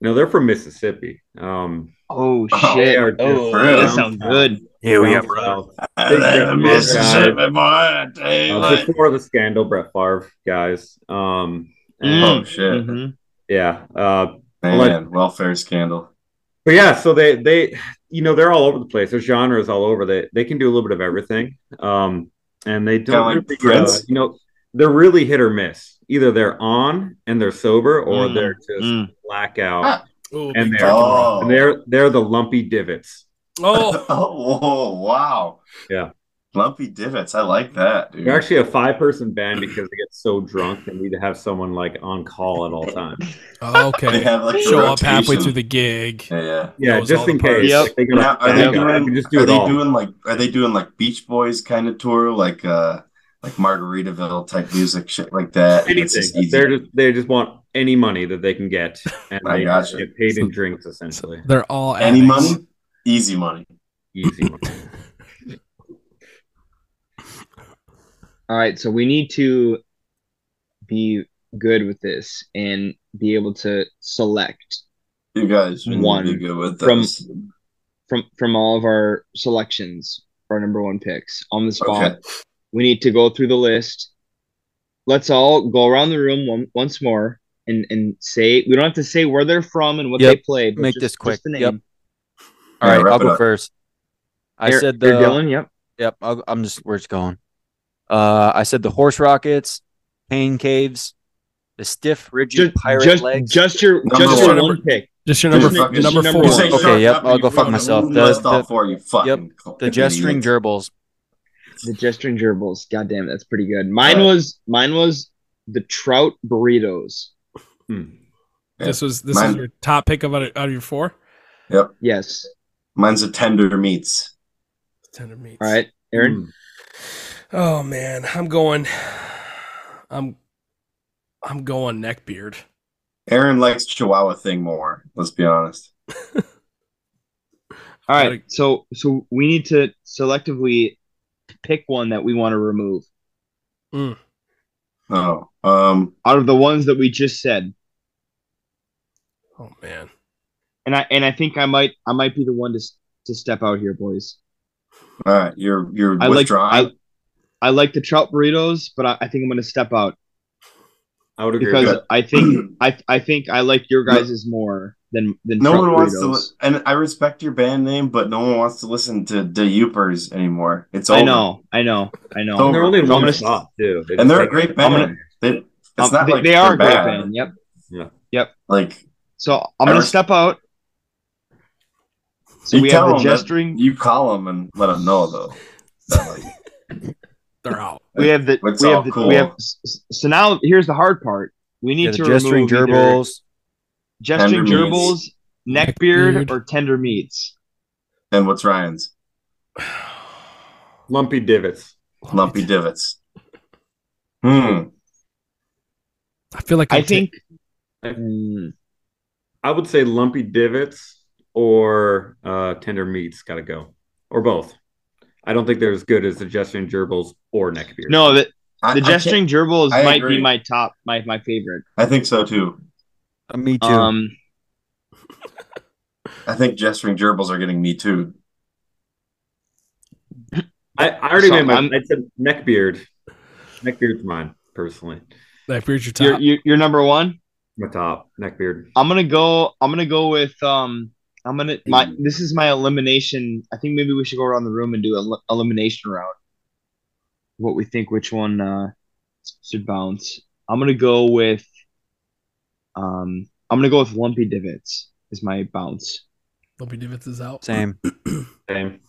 S7: you know, they're from Mississippi. Um,
S1: Oh
S4: Oh,
S7: they
S1: shit.
S7: are just
S1: Oh,
S4: really?
S1: that sounds good.
S8: Here
S7: down south.
S4: I love Mississippi boy. oh,
S7: Uh,
S4: Daylight.
S7: before the scandal, Brett Favre guys. Um, and-
S4: Oh shit,
S1: Mhm.
S7: yeah. Uh,
S4: man, welfare scandal.
S7: but yeah, so they they you know they're all over the place. Their genre is all over. They they can do a little bit of everything. Um, and they don't
S4: Kinda like
S7: really,
S4: Prince?
S7: uh, you know they're really hit or miss. Either they're on and they're sober, or
S1: Mm,
S7: they're just
S1: mm.
S7: blackout
S4: Ah.
S3: Ooh.
S7: and they're
S4: Oh,
S7: and they're they're the lumpy divots.
S3: oh,
S4: oh, whoa, wow.
S7: Yeah.
S4: Lumpy divvots. I like that, dude.
S7: They're actually a five person band because they get so drunk and need to have someone like on call at all times.
S4: they
S3: okay.
S4: have like the
S3: Show up halfway
S4: rotation.
S3: through the gig.
S4: Yeah, yeah.
S7: Yeah,
S3: Knows all
S7: just in
S3: the parts.
S7: case.
S1: Yep.
S7: Like, they go,
S4: Now, are they
S7: "Bang out,"
S4: doing?
S7: we just do
S4: are
S7: it
S4: they
S7: all.
S4: doing like? Are they doing like Beach Boys kind of tour, like uh, like Margaritaville type music, shit like that? It's just
S7: Anything.
S4: easy.
S7: They're just they just want any money that they can get and
S4: I
S7: they
S4: gotcha.
S7: get paid in drinks essentially.
S3: They're all
S4: Any
S3: addicts.
S4: money, easy money.
S7: Easy money.
S1: All right, so we need to be good with this and be able to select
S4: You guys should
S1: One.
S4: be good with
S1: From-
S4: this.
S1: from from all of our selections for our number one picks on the spot.
S4: Okay.
S1: We need to go through the list. Let's all go around the room one, once more and and say we don't have to say where they're from and what
S8: Yep,
S1: they play. but
S8: make
S1: just-
S8: this
S1: just
S8: quick,
S1: the name.
S8: yep. All
S4: Yeah,
S8: right,
S4: wrap
S8: I'll
S4: it
S8: go
S4: up.
S8: first. I
S1: Eric-
S8: said uh,
S1: or
S8: the
S1: Dylan. Yep.
S8: Yep, I'll, I'm just where it's going. Uh, I said the horse rockets, pain caves, the stiff rigid
S1: Just
S8: pirate
S1: just,
S8: legs.
S1: just your
S4: Number
S1: just your
S3: one.
S1: one pick.
S3: Just your
S4: Just
S3: number,
S4: fucking-
S3: number
S1: just
S3: four.
S1: number
S4: You say
S8: Okay,
S4: shut
S8: yep,
S4: up,
S8: I'll
S4: you
S8: go fuck
S4: ruin
S8: myself.
S4: The, list
S8: The-
S4: all
S8: the-
S4: four, you fucking
S8: the gesturing
S4: jerk.
S8: gerbils.
S1: The gesturing gerbils. God damn it, that's pretty good. Mine was mine was the trout burritos.
S7: Hmm.
S3: This was this
S4: Mine-
S3: is your top pick of out of, out of your four.
S1: Yes.
S4: Mine's a tender meats.
S3: Tender meats.
S1: All right, Aaron.
S3: Oh man, I'm going. I'm I'm going neckbeard.
S4: Aaron likes Chihuahua thing more. Let's be honest.
S1: All right.
S3: Gotta-
S1: so so we need to selectively pick one that we want to remove
S4: Oh, um,
S1: out of the ones that we just said.
S3: Oh man.
S1: And I and I think I might I might be the one to s- to step out here, boys.
S4: all right, you're you're
S1: I like
S4: withdrawing.
S1: I, I like the trout burritos, but I, I think I'm going to step out
S7: I would agree with
S1: because
S7: that.
S1: I think I I think I like your guys's more than than
S4: no
S1: trout
S4: one wants to,
S1: burritos.
S4: li- and I respect your band name, but no one wants to listen to the Youpers anymore. It's over.
S1: I know, I know, I know.
S4: It's over.
S7: they're only in one
S1: gonna-
S7: spot too. They
S4: and they're a
S7: just
S4: great
S7: take-
S4: band.
S1: I'm
S4: They, it's
S1: Um,
S4: not
S1: they,
S4: like
S1: they are a
S4: they're
S1: great
S4: bad.
S1: band. Yep.
S4: Like
S1: So I'm
S4: I
S1: going to
S4: res-
S1: step out. So
S4: You
S1: we have
S4: tell
S1: the
S4: 'em that-
S1: gesturing.
S4: you call them and let them know though. That, like,
S3: They're out.
S1: we have the
S4: It's
S1: we
S4: all
S1: have the,
S4: cool.
S1: we have s- s- so now here's the hard part we need
S8: Yeah,
S1: to
S8: the gesturing
S1: remove either
S8: gerbils.
S1: gesturing
S4: Tender
S1: gerbils
S4: meats.
S1: neckbeard
S3: Neckbeard.
S1: or tender meats
S4: and what's Ryan's
S7: lumpy divots.
S4: lumpy divots? Hmm.
S3: I feel like
S1: i
S3: I'm ta-
S1: think
S7: Like-
S1: Mm,
S7: I would say lumpy divots or uh, tender meats got to go, or both. I don't think they're as good as the gesturing gerbils or neckbeard.
S1: no the,
S4: I,
S1: the
S4: I
S1: gesturing
S4: can't-
S1: gerbils
S4: I
S1: might
S4: agree.
S1: be my top my my favorite
S4: I, think so too.
S8: Uh, me too.
S1: um
S4: I think gesturing gerbils are getting me too.
S7: I, I already
S1: So
S7: made my.
S1: I'm-
S7: I said neckbeard. Neckbeard's mine personally.
S3: neckbeard's your top.
S1: you're, you're you're number one
S7: My top neckbeard.
S1: i'm gonna go i'm gonna go with um i'm gonna my this is my elimination i think maybe we should go around the room and do an elimination round what we think which one uh should bounce i'm gonna go with um i'm gonna go with lumpy divots is my bounce
S3: Lumpy divots is out.
S8: Same.
S7: Same.
S4: Same.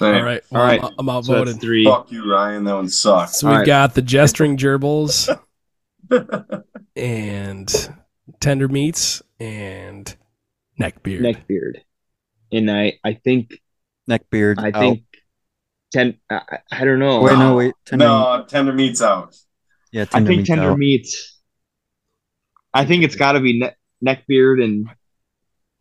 S3: All right.
S1: All
S3: Well,
S1: right.
S3: I'm, I'm
S1: so that's
S3: outvoted. So,
S1: three
S4: Fuck you, Ryan. That one sucks.
S1: all
S3: we've
S1: right.
S3: got the gesturing gerbils and tender meats and neck beard.
S1: Neckbeard. And I, I think,
S8: Neckbeard.
S1: I
S8: out.
S1: think, ten. I, I- I don't know.
S8: Wait, uh, no, wait. Tender,
S4: no, tender meat's out.
S8: Yeah,
S1: I
S8: tender
S1: think
S8: meat's
S1: tender
S8: out.
S1: meats. I think it's got to be ne- neckbeard and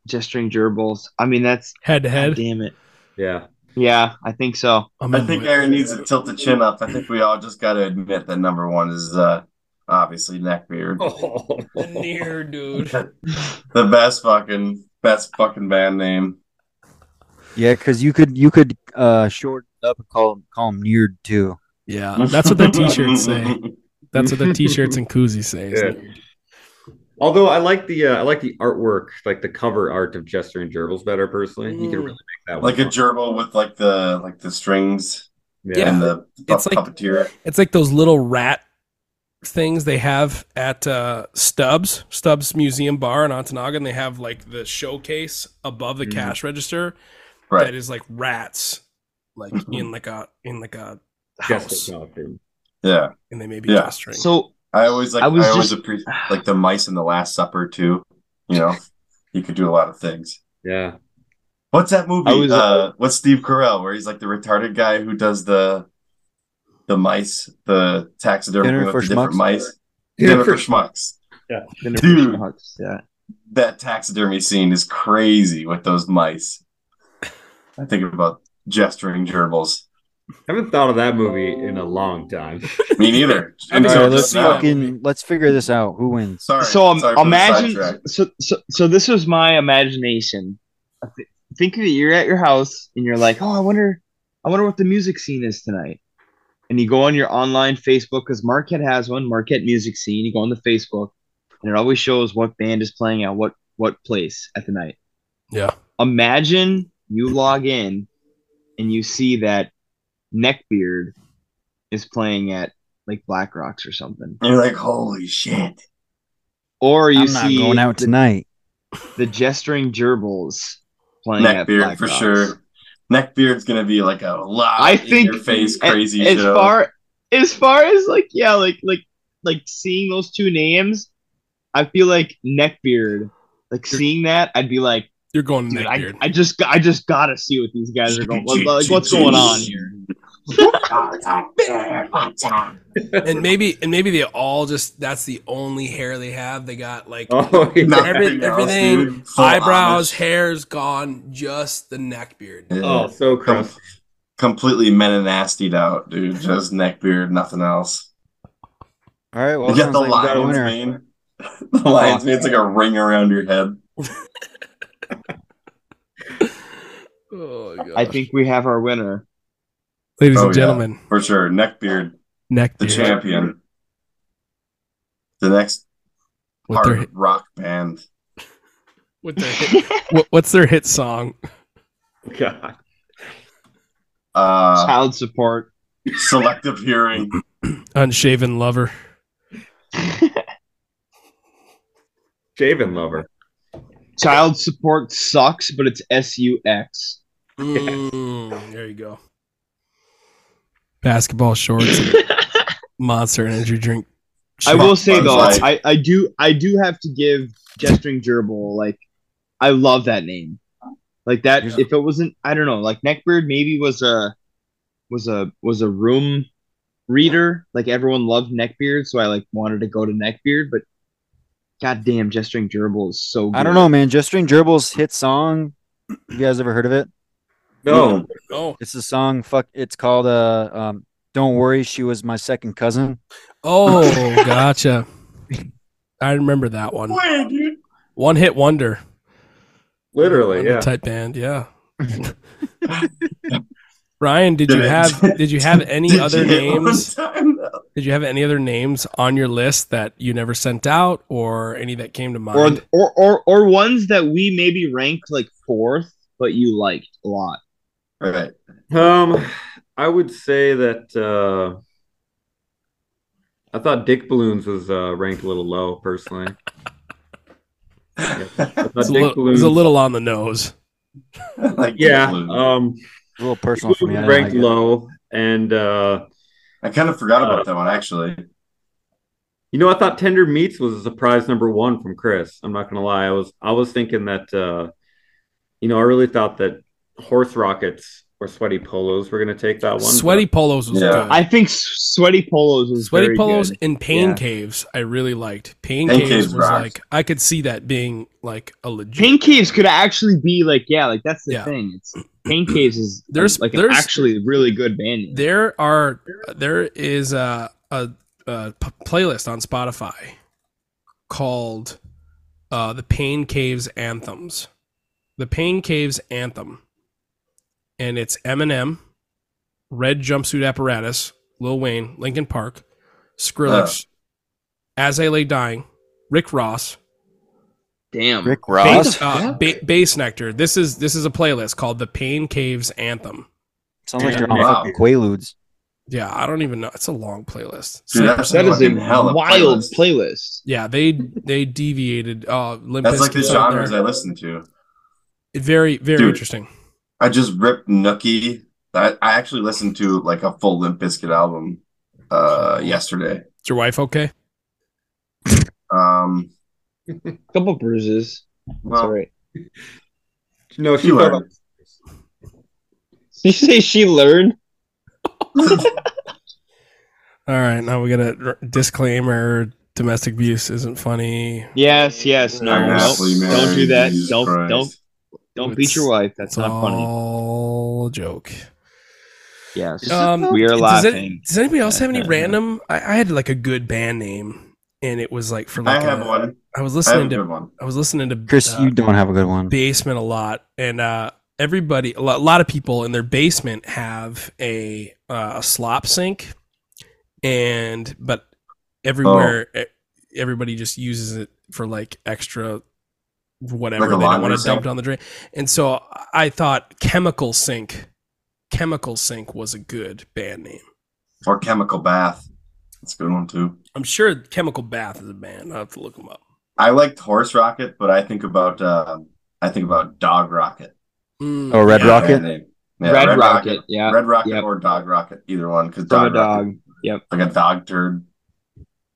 S1: gesturing gerbils. I mean, that's
S3: Head to
S1: God
S3: head.
S1: damn it.
S7: Yeah.
S1: Yeah, I think so.
S3: I'm
S4: I
S3: in
S4: think
S3: with-
S4: Aaron needs to tilt the chin up. I think we all just got to admit that number one is uh, obviously neckbeard.
S7: Oh.
S3: near dude.
S4: The best fucking best fucking band name.
S8: Yeah, because you could you could uh shorten it up and call him call him neared too.
S3: Yeah, that's what the t-shirts say. That's what the t-shirts and koozies say. is
S7: Yeah.
S3: neared.
S7: Although I like the uh, I like the artwork, like the cover art of Jester and Gerbils better personally. You could
S3: Mm.
S7: really make that
S4: Like a
S7: one.
S4: gerbil with like the like the strings and the pu-
S3: It's like-
S4: puppeteer.
S3: It's like those little rat things they have at uh, Stubbs, Stubbs Museum Bar in Ontonagon. They have like the showcase above the
S7: Mhm.
S3: cash register
S4: Mm-hmm. Right. Mm-hmm.
S3: that is like rats, like in like a in like a house,
S7: Jester costume.
S4: Yeah.
S3: and they may be
S4: Yeah.
S3: gesturing.
S1: So
S4: I always like I,
S1: I was
S4: always
S1: just-
S4: appreciate like the mice in the Last Supper too. You know, you could do a lot of things.
S7: Yeah.
S4: What's that movie?
S1: I was-
S4: uh, what's Steve Carell where he's like the retarded guy who does the the mice, the taxidermy
S8: Dinner
S4: with
S8: for
S4: the different
S8: schmucks?
S4: mice.
S7: Dinner
S4: Dinner for
S7: for
S4: schmucks. Dude.
S1: yeah.
S4: That taxidermy scene is crazy with those mice. I think about gesturing gerbils.
S7: Haven't thought of that movie in a long time.
S4: Me neither.
S3: I'm
S8: All
S3: sorry,
S8: right,
S4: Until
S8: let's
S4: just now.
S8: fucking let's figure this out. Who wins?
S4: Sorry.
S1: so um,
S4: sorry for the sidetrack.
S1: imagine so, so so this was my imagination I thi- think that you're at your house and you're like oh i wonder i wonder what the music scene is tonight and you go on your online facebook because marquette has one marquette music scene you go on the facebook and it always shows what band is playing at what what place at the night
S3: yeah,
S1: imagine you log in and you see that neckbeard is playing at like black rocks or something
S4: You're like, holy shit.
S1: or you
S8: I'm not
S1: see
S8: going out tonight.
S1: the gesturing gerbils playing at
S4: Neckbeard
S1: Oh, Black
S4: for
S1: Rocks.
S4: sure. Neckbeard's gonna be like a lot
S1: I think
S4: in your face crazy
S1: as
S4: show.
S1: far as far as like yeah, like like like seeing those two names, I feel like Neckbeard. Like seeing that, I'd be like,
S3: you're going
S1: dude,
S3: neck
S1: I,
S3: beard.
S1: I just I just gotta see what these guys are going. What, like, what's going on here?
S3: and maybe and maybe they all just that's the only hair they have. They got like
S7: Oh, yeah.
S4: Nothing
S3: Every-
S4: else,
S3: everything,
S4: dude. Full
S3: eyebrows,
S4: Amish.
S3: hair's gone, just the neck beard.
S4: Yeah.
S7: oh so
S4: Com-
S7: crummy.
S4: completely men and nastied out, dude. Just neckbeard, nothing else.
S8: All right, well,
S4: you get
S8: sounds
S4: the
S8: like we got a
S4: lion's
S8: winner.
S4: mane. The lion's mane, it's like a ring around your head.
S3: Oh, gosh.
S1: I think we have our winner.
S3: ladies
S4: Oh,
S3: and
S4: yeah.
S3: gentlemen,
S4: For sure. Neckbeard,
S3: neck
S4: the
S3: beard
S4: champion. The next
S3: with
S4: hard
S3: their,
S4: rock band.
S3: with their hit, what, what's their hit song?
S7: God.
S4: Uh
S1: Child support.
S4: selective hearing.
S3: Unshaven lover.
S7: Shaven lover.
S1: Child support sucks, but it's S U X.
S3: Mm, there you go. Basketball shorts, monster energy drink.
S1: I will say
S4: Bugs
S1: though,
S4: Life.
S1: I, I do I do have to give gesturing gerbil like I love that name. Like that
S8: Yeah.
S1: if it wasn't I don't know, like Neckbeard maybe was a was a was a room reader. Like everyone loved Neckbeard, so I like wanted to go to Neckbeard, but goddamn gesturing gerbil is so good.
S8: I don't know, man. Gesturing Gerbils hit song. You guys ever heard of it?
S7: No.
S3: Oh,
S8: It's a song. Fuck. It's called uh, um, "Don't Worry, She Was My Second Cousin."
S3: oh, gotcha. I remember that one. One hit wonder.
S7: Literally, yeah.
S3: Type band, yeah. Ryan, did
S4: Did
S3: you
S4: it-
S3: have did you have any
S4: Did
S3: other
S4: you get one
S3: names?
S4: time, though?
S3: Did you have any other names on your list that you never sent out, or any that came to
S1: Or,
S3: mind?
S1: or or or ones that we maybe ranked like fourth, but you liked a lot.
S4: Right.
S7: Um, I would say that uh, I thought Dick Balloons was uh, ranked a little low, personally. I thought
S3: it's, a
S7: Dick
S3: little, it's
S7: Balloons-
S3: a little on the nose.
S4: like
S7: yeah.
S4: blue.
S7: Um,
S8: A little personal
S7: Dick
S8: for me. I
S7: Balloons
S8: didn't
S7: ranked
S8: like it.
S7: low, and uh,
S1: uh,
S4: I kind of forgot about that one actually.
S7: You know, I thought Tender Meats was a surprise number one from Chris. I'm not gonna lie. I was I was thinking that uh you know, I really thought that horse rockets or sweaty polos were gonna take that one. but-
S3: Sweaty Polos was
S4: Yeah.
S3: good.
S1: I think s- sweaty polos is
S3: Sweaty
S1: very
S3: Polos
S1: good.
S3: and Pain
S1: Yeah.
S3: Caves, I really liked. Pain,
S4: Pain
S3: Caves,
S4: Caves
S3: was
S4: rocks.
S3: like I could see that being like a legit.
S1: Pain caves could actually be like yeah, like that's the
S3: Yeah.
S1: thing. It's pain caves is
S3: There's-
S1: like
S3: there's-
S1: an actually really good band. name.
S3: There are there is a a, a p- playlist on Spotify called uh, the Pain Caves anthems. The Pain Caves anthem, and it's Eminem, Red Jumpsuit Apparatus, Lil Wayne, Linkin Park, Skrillex, As I Lay Dying, Rick Ross,
S1: Damn.
S8: Rick
S3: Bass,
S8: Ross.
S3: uh, ba- Bass Nectar. This is this is a playlist called the Pain Caves Anthem.
S8: Sounds like
S4: Dude,
S8: you're on
S4: wow.
S8: fucking Quaaludes.
S3: Yeah, I don't even know. It's a long playlist.
S4: Dude, that's
S1: that is a
S4: fucking hell of
S1: wild
S4: playlist.
S1: playlist.
S3: Yeah, they they deviated. Uh, Limp
S4: That's like the
S3: Bizkit's on
S4: genres
S3: there.
S4: I listen to.
S3: Very very
S4: Dude.
S3: interesting.
S4: I just ripped Nookie. I, I actually listened to like a full Limp Bizkit album uh yesterday.
S3: Is your wife okay?
S4: Um
S1: Couple bruises. That's all
S4: well,
S1: right.
S7: No, she
S4: You
S7: thought
S4: learn.
S1: You say she learned?
S3: All right, now we got a r- disclaimer. Domestic abuse isn't funny.
S1: Yes, yes, no,
S4: I'm
S1: no.
S4: happily
S1: Don't do
S4: married,
S1: that.
S4: Jesus
S1: don't
S4: Christ.
S1: don't don't beat
S3: It's-
S1: your wife. That's
S3: It's
S1: not funny.
S3: all a joke.
S1: Yes.
S3: Um,
S1: we are
S3: does it-
S1: laughing.
S3: Does anybody else have any random? I, I had like a good band name, and it was like for
S4: I
S3: like
S4: have
S3: a-
S4: one.
S3: I was
S4: I have a
S3: listening to
S4: good one.
S3: I was listening to
S8: Chris,
S3: uh,
S8: you don't have a good one.
S3: basement a lot, and uh, everybody, a lot, a lot of people in their basement have a uh, a slop sink, and but everywhere,
S4: Oh.
S3: e- everybody just uses it for like extra whatever
S4: Like a
S3: they don't
S4: laundry
S3: want to dump
S4: sink?
S3: down the drain. And so I thought chemical sink, chemical sink was a good band name.
S4: Or Chemical Bath. That's a good one too.
S3: I'm sure Chemical Bath is a band. I will have to look them up.
S4: I liked Horse Rocket, but I think about uh, I think about Dog Rocket.
S3: Mm,
S8: Oh, Red
S3: yeah.
S8: Rocket?
S4: Band name. Yeah,
S1: Red, Rocket. Yeah.
S4: Red Rocket
S1: Uh, Yep.
S4: or Dog Rocket, either one, because
S1: From a
S4: Dog Rocket,
S1: dog. Yep.
S4: like a dog turd.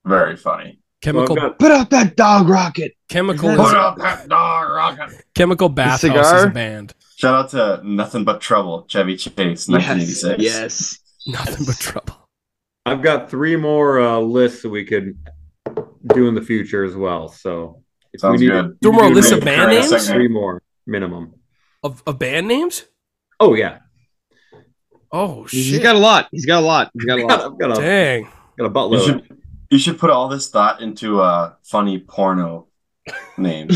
S4: Very funny.
S7: Well,
S3: Chemical
S7: I've got-
S1: Put out that dog rocket.
S3: Chemical
S1: Is
S4: Put
S1: that-
S3: is,
S4: up that dog rocket.
S3: Chemical Bathhouse is a
S1: cigar?
S3: band.
S4: Shout out to Nothing But Trouble, Chevy Chase, nineteen eighty
S1: Yes.
S4: six.
S1: Yes.
S3: Nothing but trouble.
S7: I've got three more uh, lists that we could do in the future as well. So if
S4: Sounds
S7: we need
S4: good.
S3: Three more
S7: we need
S3: lists
S7: to
S3: of band
S7: make
S4: names?
S7: Three more minimum.
S3: Of, of band names?
S7: Oh yeah,
S3: Oh
S1: He's
S3: shit!
S1: got a lot. He's got a lot. He's got a
S7: I've
S1: lot.
S7: got, I've got a,
S3: Dang!
S7: got a
S4: You
S7: buttload.
S4: should you should put all this thought into uh funny porno names.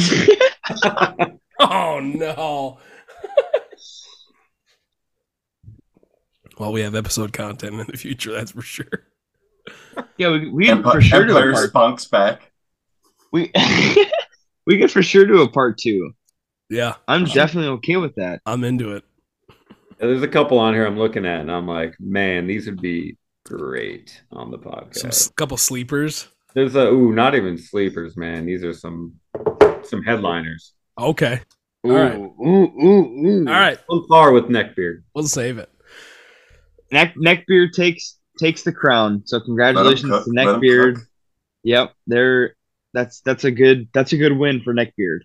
S3: Oh no! well, we have episode content in the future, that's for sure.
S1: yeah, we, we
S4: and
S1: can
S4: put
S1: for sure do a
S4: Empire
S1: part.
S4: Spunk's back.
S1: We we could for sure do a part two.
S3: Yeah,
S1: I'm definitely okay with that.
S3: I'm into it.
S7: There's a couple on here I'm looking at, and I'm like, man, these would be great on the podcast.
S3: Some s- couple sleepers.
S7: There's a ooh, not even sleepers, man. These are some some headliners.
S3: Okay.
S1: Ooh,
S3: All right.
S1: ooh, ooh, ooh.
S3: All right.
S7: On par with neckbeard.
S3: We'll save it.
S1: Neck Neckbeard takes takes the crown. So
S4: Let 'em
S1: congratulations
S4: cook,
S1: to
S4: let 'em
S1: Neckbeard.
S4: cook.
S1: Yep, they're that's that's a good that's a good win for Neckbeard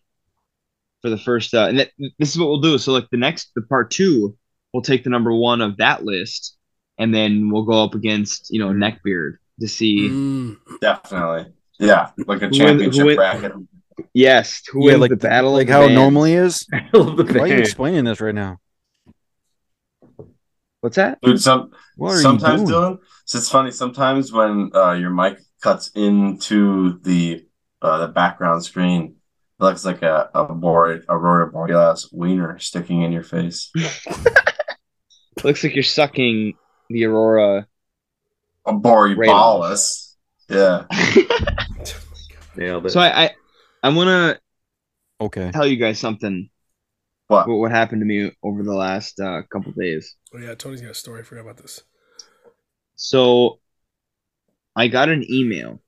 S1: for the first. Uh, and that, this is what we'll do. So like the next the part two, we'll take the number one of that list, and then we'll go up against you know Neckbeard to see
S4: Mm-hmm.
S3: Mm.
S4: Definitely. Yeah, like a
S1: win-
S4: championship
S1: who win-
S4: bracket.
S1: yes who
S8: Yeah,
S1: wins
S8: like
S1: the
S8: the-
S1: battle. of
S8: Like
S1: the
S8: how it
S1: band.
S8: normally is.
S7: I love the
S8: Why are you
S7: band.
S8: explaining this right now?
S1: What's that?
S4: Dude, some
S8: What are
S4: sometimes
S8: you doing?
S4: Dylan, so it's funny. Sometimes when uh, your mic cuts into the uh, the background screen, it looks like a a bore, aurora borealis wiener sticking in your face.
S1: Looks like you're sucking the aurora.
S4: A borealis. Yeah.
S7: Nailed it.
S1: So I I, I want to
S8: Okay.
S1: tell you guys something.
S4: What?
S1: What, what happened to me over the last uh, couple days?
S3: Oh yeah, Tony's got a story. I forgot about this.
S1: So, I got an email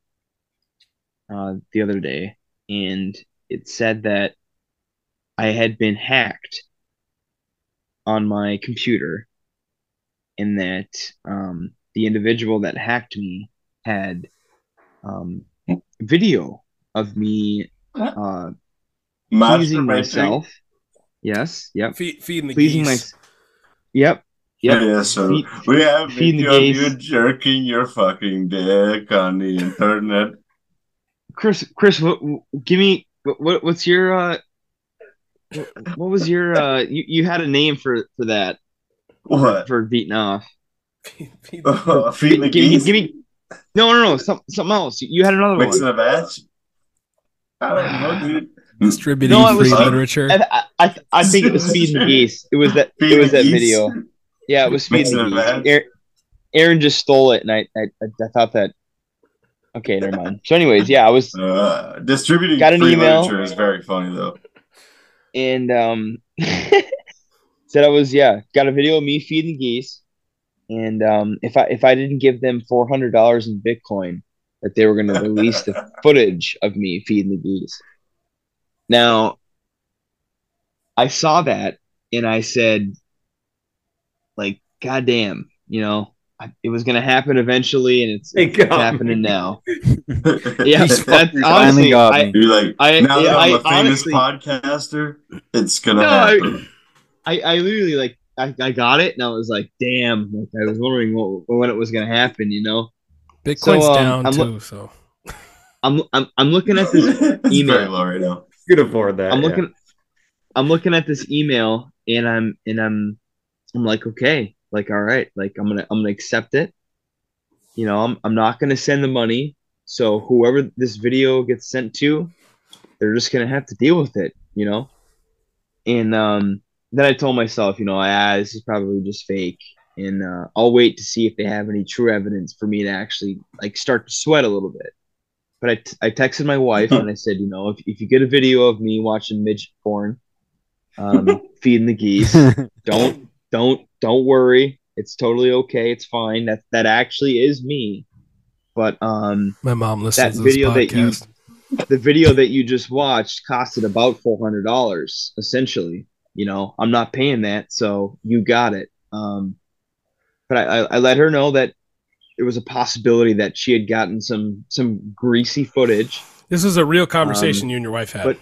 S1: uh, the other day, and it said that I had been hacked on my computer, and that um, the individual that hacked me had um, video of me uh, pleasing
S4: Masturbating.
S1: myself. Yes. Yep.
S3: Fe- feeding the
S1: Pleasing
S3: geese.
S1: myself. Yep. Yep.
S4: Yeah, so
S1: Feed-
S4: we have
S1: feed the
S4: video of you
S1: gays.
S4: jerking your fucking dick on the internet.
S1: Chris, Chris, what, give me what- what, what's your uh, wh- what was your uh, you, you had a name for for that
S4: What?
S1: for beating off?
S3: Feed the-
S4: Feed the
S1: give, me-
S4: geese?
S1: give me, no, no, no, some, something else. You had another one.
S4: Mixing a batch? I don't know, dude.
S9: Distributing
S1: No, it was-
S9: free
S4: uh,
S9: literature.
S1: I, I, I, I think it was feeding the geese. It was that.
S4: Feed
S1: it was
S4: the
S1: that
S4: geese?
S1: video. Yeah, it was feeding
S4: Mixing
S1: the
S4: it
S1: geese.
S4: up.
S1: Aaron, Aaron just stole it, and I, I, I thought that. Okay, never mind. So, anyways, yeah, I was
S4: Uh, distributing
S1: Got an
S4: free
S1: email.
S4: literature is very funny though.
S1: and um said I was yeah got a video of me feeding geese, and um if I if I didn't give them four hundred dollars in Bitcoin, that they were going to release the footage of me feeding the geese. Now, I saw that and I said, like, goddamn, you know, I, it was going to happen eventually, and it's,
S7: It
S1: it's
S7: got
S1: happening now. Yeah,
S4: yeah,
S1: that's
S8: finally
S1: honestly.
S8: got
S1: I,
S8: me.
S4: You're like
S1: I-
S4: now that I'm
S1: I
S4: a famous
S1: honestly-
S4: podcaster, it's gonna
S1: No, I-
S4: happen.
S1: I, I literally like I, I got it and I was like, damn, like I was wondering what when it was gonna happen, you know.
S3: Bitcoin's
S1: So, um,
S3: down
S1: I'm
S3: too,
S1: lo-
S3: so
S1: I'm I'm I'm looking at this
S4: it's
S1: email.
S4: very low right now.
S7: You could afford that.
S1: I'm
S7: yeah.
S1: looking I'm looking at this email and I'm and I'm I'm like, okay, like all right, like I'm gonna I'm gonna accept it. You know, I'm I'm not gonna send the money. So whoever this video gets sent to, they're just gonna have to deal with it, you know? And um then I told myself, you know, ah, this is probably just fake. And uh, I'll wait to see if they have any true evidence for me to actually like start to sweat a little bit. But I, t- I texted my wife and I said, you know, if, if you get a video of me watching midget porn, um, feeding the geese, don't don't don't worry. It's totally okay. It's fine. That that actually is me. But um,
S3: my mom listens
S1: That
S3: to this
S1: video that you-
S3: podcast.
S1: the video that you just watched costed about four hundred dollars, essentially. You know, I'm not paying that, so you got it. Um, but I, I, I let her know that there was a possibility that she had gotten some some greasy footage.
S3: this is a real conversation you and your wife had.
S1: Um, but-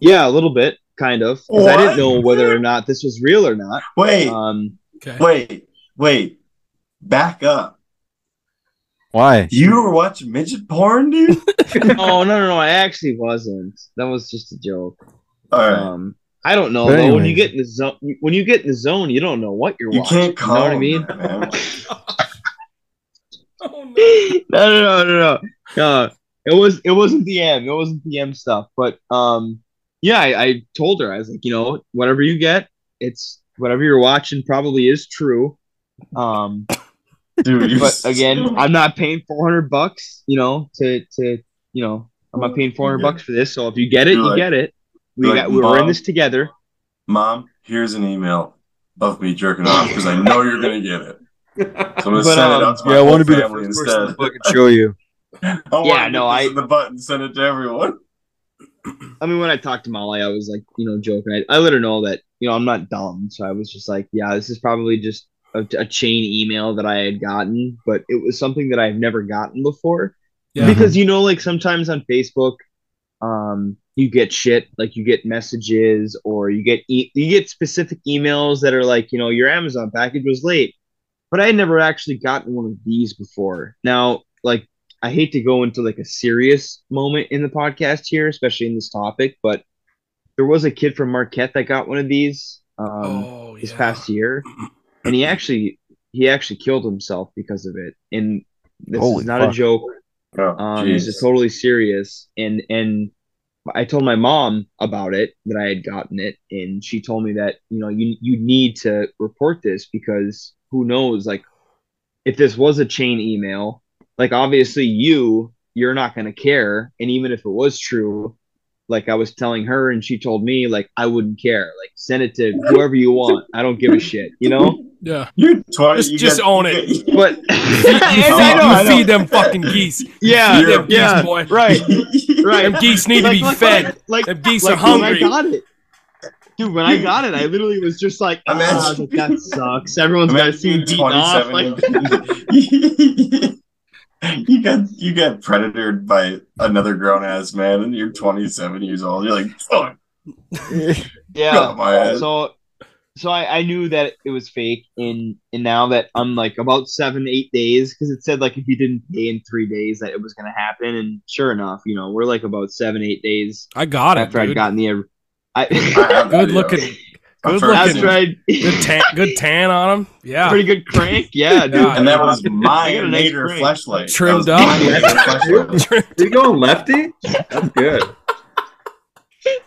S1: Yeah, a little bit, kind of. 'Cause I
S4: What?
S1: didn't know whether or not this was real or not.
S4: Wait,
S1: Um,
S3: okay.
S4: wait, wait. Back up.
S8: Why?
S4: You were watching midget porn, dude?
S1: oh no, no, no! I actually wasn't. That was just a joke.
S4: Alright.
S1: Um, I don't know
S8: But
S1: though. When you
S8: anyways.
S1: get in the zone, when you get in the zone, you don't know what you're
S4: you
S1: watching.
S4: can't
S1: you know
S4: call
S1: what I mean?
S4: that, man.
S3: Oh, no.
S1: no, no, no, no, no. No, It was it wasn't DM. It wasn't DM stuff. But um, yeah, I, I told her I was like, you know, whatever you get, it's whatever you're watching probably is true. Um,
S4: Dude, you're
S1: but again, I'm not paying 400 bucks. You know, to to you know, I'm not paying 400
S4: Yeah.
S1: bucks for this. So if you get it,
S4: You're
S1: you
S4: like-
S1: get it. We
S4: you're
S1: got we
S4: like,
S1: were in
S4: "Mom,
S1: this together.
S4: Mom, here's an email of me jerking off because I know you're gonna get it. So I'm gonna
S1: But,
S4: send
S1: um,
S4: it out to my
S8: Yeah, I
S4: whole
S8: want to be the
S4: family
S8: first person to
S4: instead.
S8: fucking show you.
S4: I wanna
S1: Yeah,
S4: hit
S1: no,
S4: this
S1: I-
S4: in the button, send it to everyone.
S1: I mean, when I talked to Molly, I was like, you know, joking. I, I let her know that, you know, I'm not dumb. So I was just like, yeah, this is probably just a, a chain email that I had gotten, but it was something that I've never gotten before.
S3: Yeah.
S1: Because, you know, like sometimes on Facebook, um, you get shit, like you get messages or you get e- you get specific emails that are like, you know, your Amazon package was late. But I had never actually gotten one of these before. Now, like I hate to go into like a serious moment in the podcast here, especially in this topic, but there was a kid from Marquette that got one of these um,
S3: oh,
S1: this
S3: yeah.
S1: past year, and he actually he actually killed himself because of it. And this
S8: Holy
S1: is not
S8: fuck.
S1: a joke.
S4: Oh,
S1: Um,
S4: jeez.
S1: this is totally serious. And and I told my mom about it that I had gotten it, and she told me that you know you you need to report this because who knows like if this was a chain email, like obviously you you're not gonna care, and even if it was true. Like I was telling her, and she told me, like I wouldn't care. Like send it to whoever you want. I don't give a shit, you know.
S3: Yeah.
S4: You twice.
S3: Just-
S4: you
S3: just
S4: got-
S3: own
S4: you
S3: it.
S4: get-
S1: But
S3: You, feed, you
S4: know, I know.
S3: feed them fucking geese.
S1: yeah,
S3: Feed them
S4: You're-
S3: geese,
S1: yeah,
S3: boy.
S1: right, right.
S3: Them geese need to be fed.
S1: Like,
S3: Them geese are
S1: like when I
S3: hungry.
S1: got it, dude. When I got it, I literally was just like, ah,
S4: Imagine-
S1: that sucks. Everyone's got to
S4: Imagine
S1: see
S4: being
S1: beaten off. Like,
S4: 27 and- you got you got predatored by another grown ass man, and you're 27 years old. You're like, fuck,
S1: Yeah.
S4: got my ass.
S1: So, so I, I knew that it was fake, and and now that I'm like about seven, eight days, because it said like if you didn't pay in three days that it was gonna happen, and sure enough, you know, we're like about seven, eight days
S3: I got it.
S1: after I'd
S3: dude.
S1: gotten the. I,
S4: I have the
S3: Good
S4: video.
S3: looking,
S4: I'm
S3: good
S4: first
S1: that's
S3: looking-
S4: in.
S1: right.
S3: good tan, good tan on him. Yeah,
S1: Pretty good crank, yeah, dude.
S3: Yeah.
S4: And that was my
S1: I got a nice
S4: Nader
S1: brain.
S4: flashlight.
S3: Trimmed
S4: That was my
S7: up.
S4: Nader flashlight.
S7: Are you going lefty? That's good.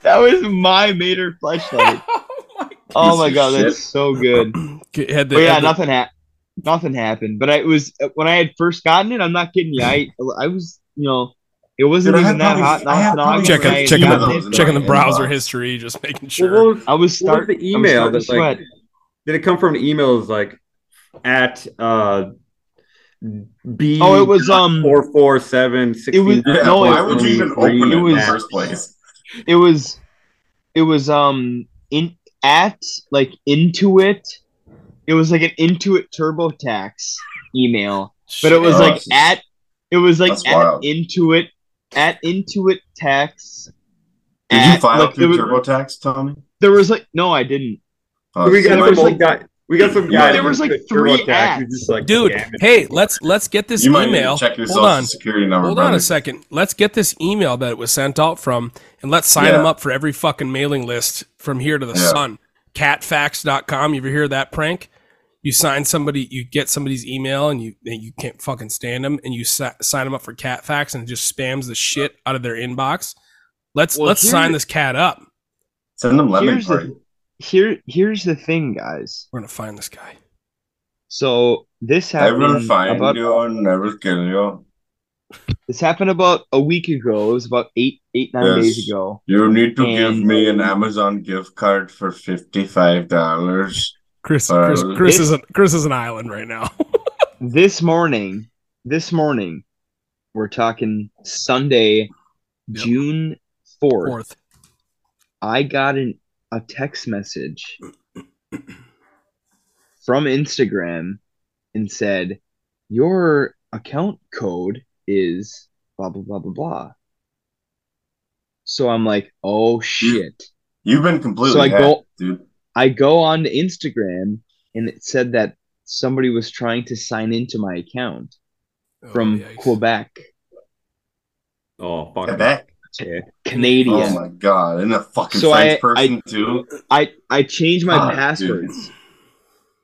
S1: That was my Mater flashlight. oh my
S4: Piece of
S1: god, that's
S4: shit.
S1: so good.
S3: Get- had the,
S1: But yeah,
S3: had the-
S1: nothing happened. Nothing happened. But I, it was uh, when I had first gotten it. I'm not kidding you. I I was you know it wasn't
S4: Dude, I
S1: even
S4: had
S1: that
S4: probably-
S1: hot. in
S4: I had
S1: Austin,
S4: probably
S1: August
S3: Check
S1: when
S3: it-
S1: I had
S3: check it
S1: gotten
S4: out.
S1: it,
S4: Check
S1: but
S3: checking the
S4: Inbox.
S3: browser history, just making
S7: Well,
S3: sure.
S7: what was,
S1: I was
S7: what was
S1: starting.
S7: the email
S1: starting
S7: that
S1: to
S7: like
S1: sweat.
S7: did it come from emails like at uh b
S1: Oh, it was, um,
S7: four four seven six
S1: it was-
S4: Yeah,
S1: No,
S4: why
S1: it-
S4: would you even
S7: it
S4: open it in the
S1: was-
S4: first place?
S1: It was, it was um in at like Intuit. It was like an Intuit TurboTax email, but it was
S4: Oh,
S1: like
S4: that's-
S1: at it was like
S4: that's
S1: at
S4: wild.
S1: Intuit at Intuit Tax.
S4: Did you
S1: at-
S4: file
S1: like, it
S4: through
S1: was-
S4: TurboTax, Tommy?
S1: There was like no, I didn't.
S4: Oh,
S7: we got
S1: there
S7: some
S1: was
S7: old
S1: like-
S7: guy we got some
S4: Yeah,
S7: guy
S4: there
S7: that
S1: was
S7: works
S1: like
S7: at
S1: three
S7: TurboTax,
S1: apps.
S7: who's just like
S3: dude.
S7: damn it.
S3: Hey, let's let's get this
S4: you might need
S3: email.
S4: to check your
S3: Hold on.
S4: social security number.
S3: Hold on
S4: brother.
S3: a second. Let's get this email that it was sent out from and let's sign
S4: Yeah.
S3: them up for every fucking mailing list from here to the
S4: Yeah.
S3: sun. Catfax.com. You ever hear that prank? You sign somebody, you get somebody's email and you and you can't fucking stand them and you si- sign them up for catfax and it just spams the shit out of their inbox. Let's
S1: Well,
S3: let's
S1: here-
S3: sign this cat up.
S4: Send them lemon
S1: Here's
S4: party.
S1: the, here here's the thing, guys.
S3: We're gonna find this guy.
S1: So this
S4: I
S1: happened
S4: will find
S1: about
S4: you and never kill you.
S1: this happened about a week ago. It was about eight eight nine
S4: Yes.
S1: days ago.
S4: You need to give
S1: And-
S4: me an Amazon gift card for fifty-five dollars.
S3: Chris
S4: Uh,
S3: Chris, Chris
S1: this-
S3: is an, Chris is an island right now.
S1: This morning, this morning, we're talking Sunday,
S3: Yep.
S1: June fourth.
S3: Fourth.
S1: I got an a text message from Instagram and said, Your account code is blah blah blah blah blah. So I'm like, oh shit.
S4: You've been completely
S1: So I
S4: hacked,
S1: go-
S4: dude.
S1: I go on to Instagram and it said that somebody was trying to sign into my account
S3: Oh,
S1: from
S3: yikes.
S1: Quebec,
S7: oh fuck
S4: Get back.
S1: Canadian.
S4: Oh my god! And a fucking
S1: So I-
S4: French person too.
S1: I I changed my
S4: Ah, dude.
S1: passwords.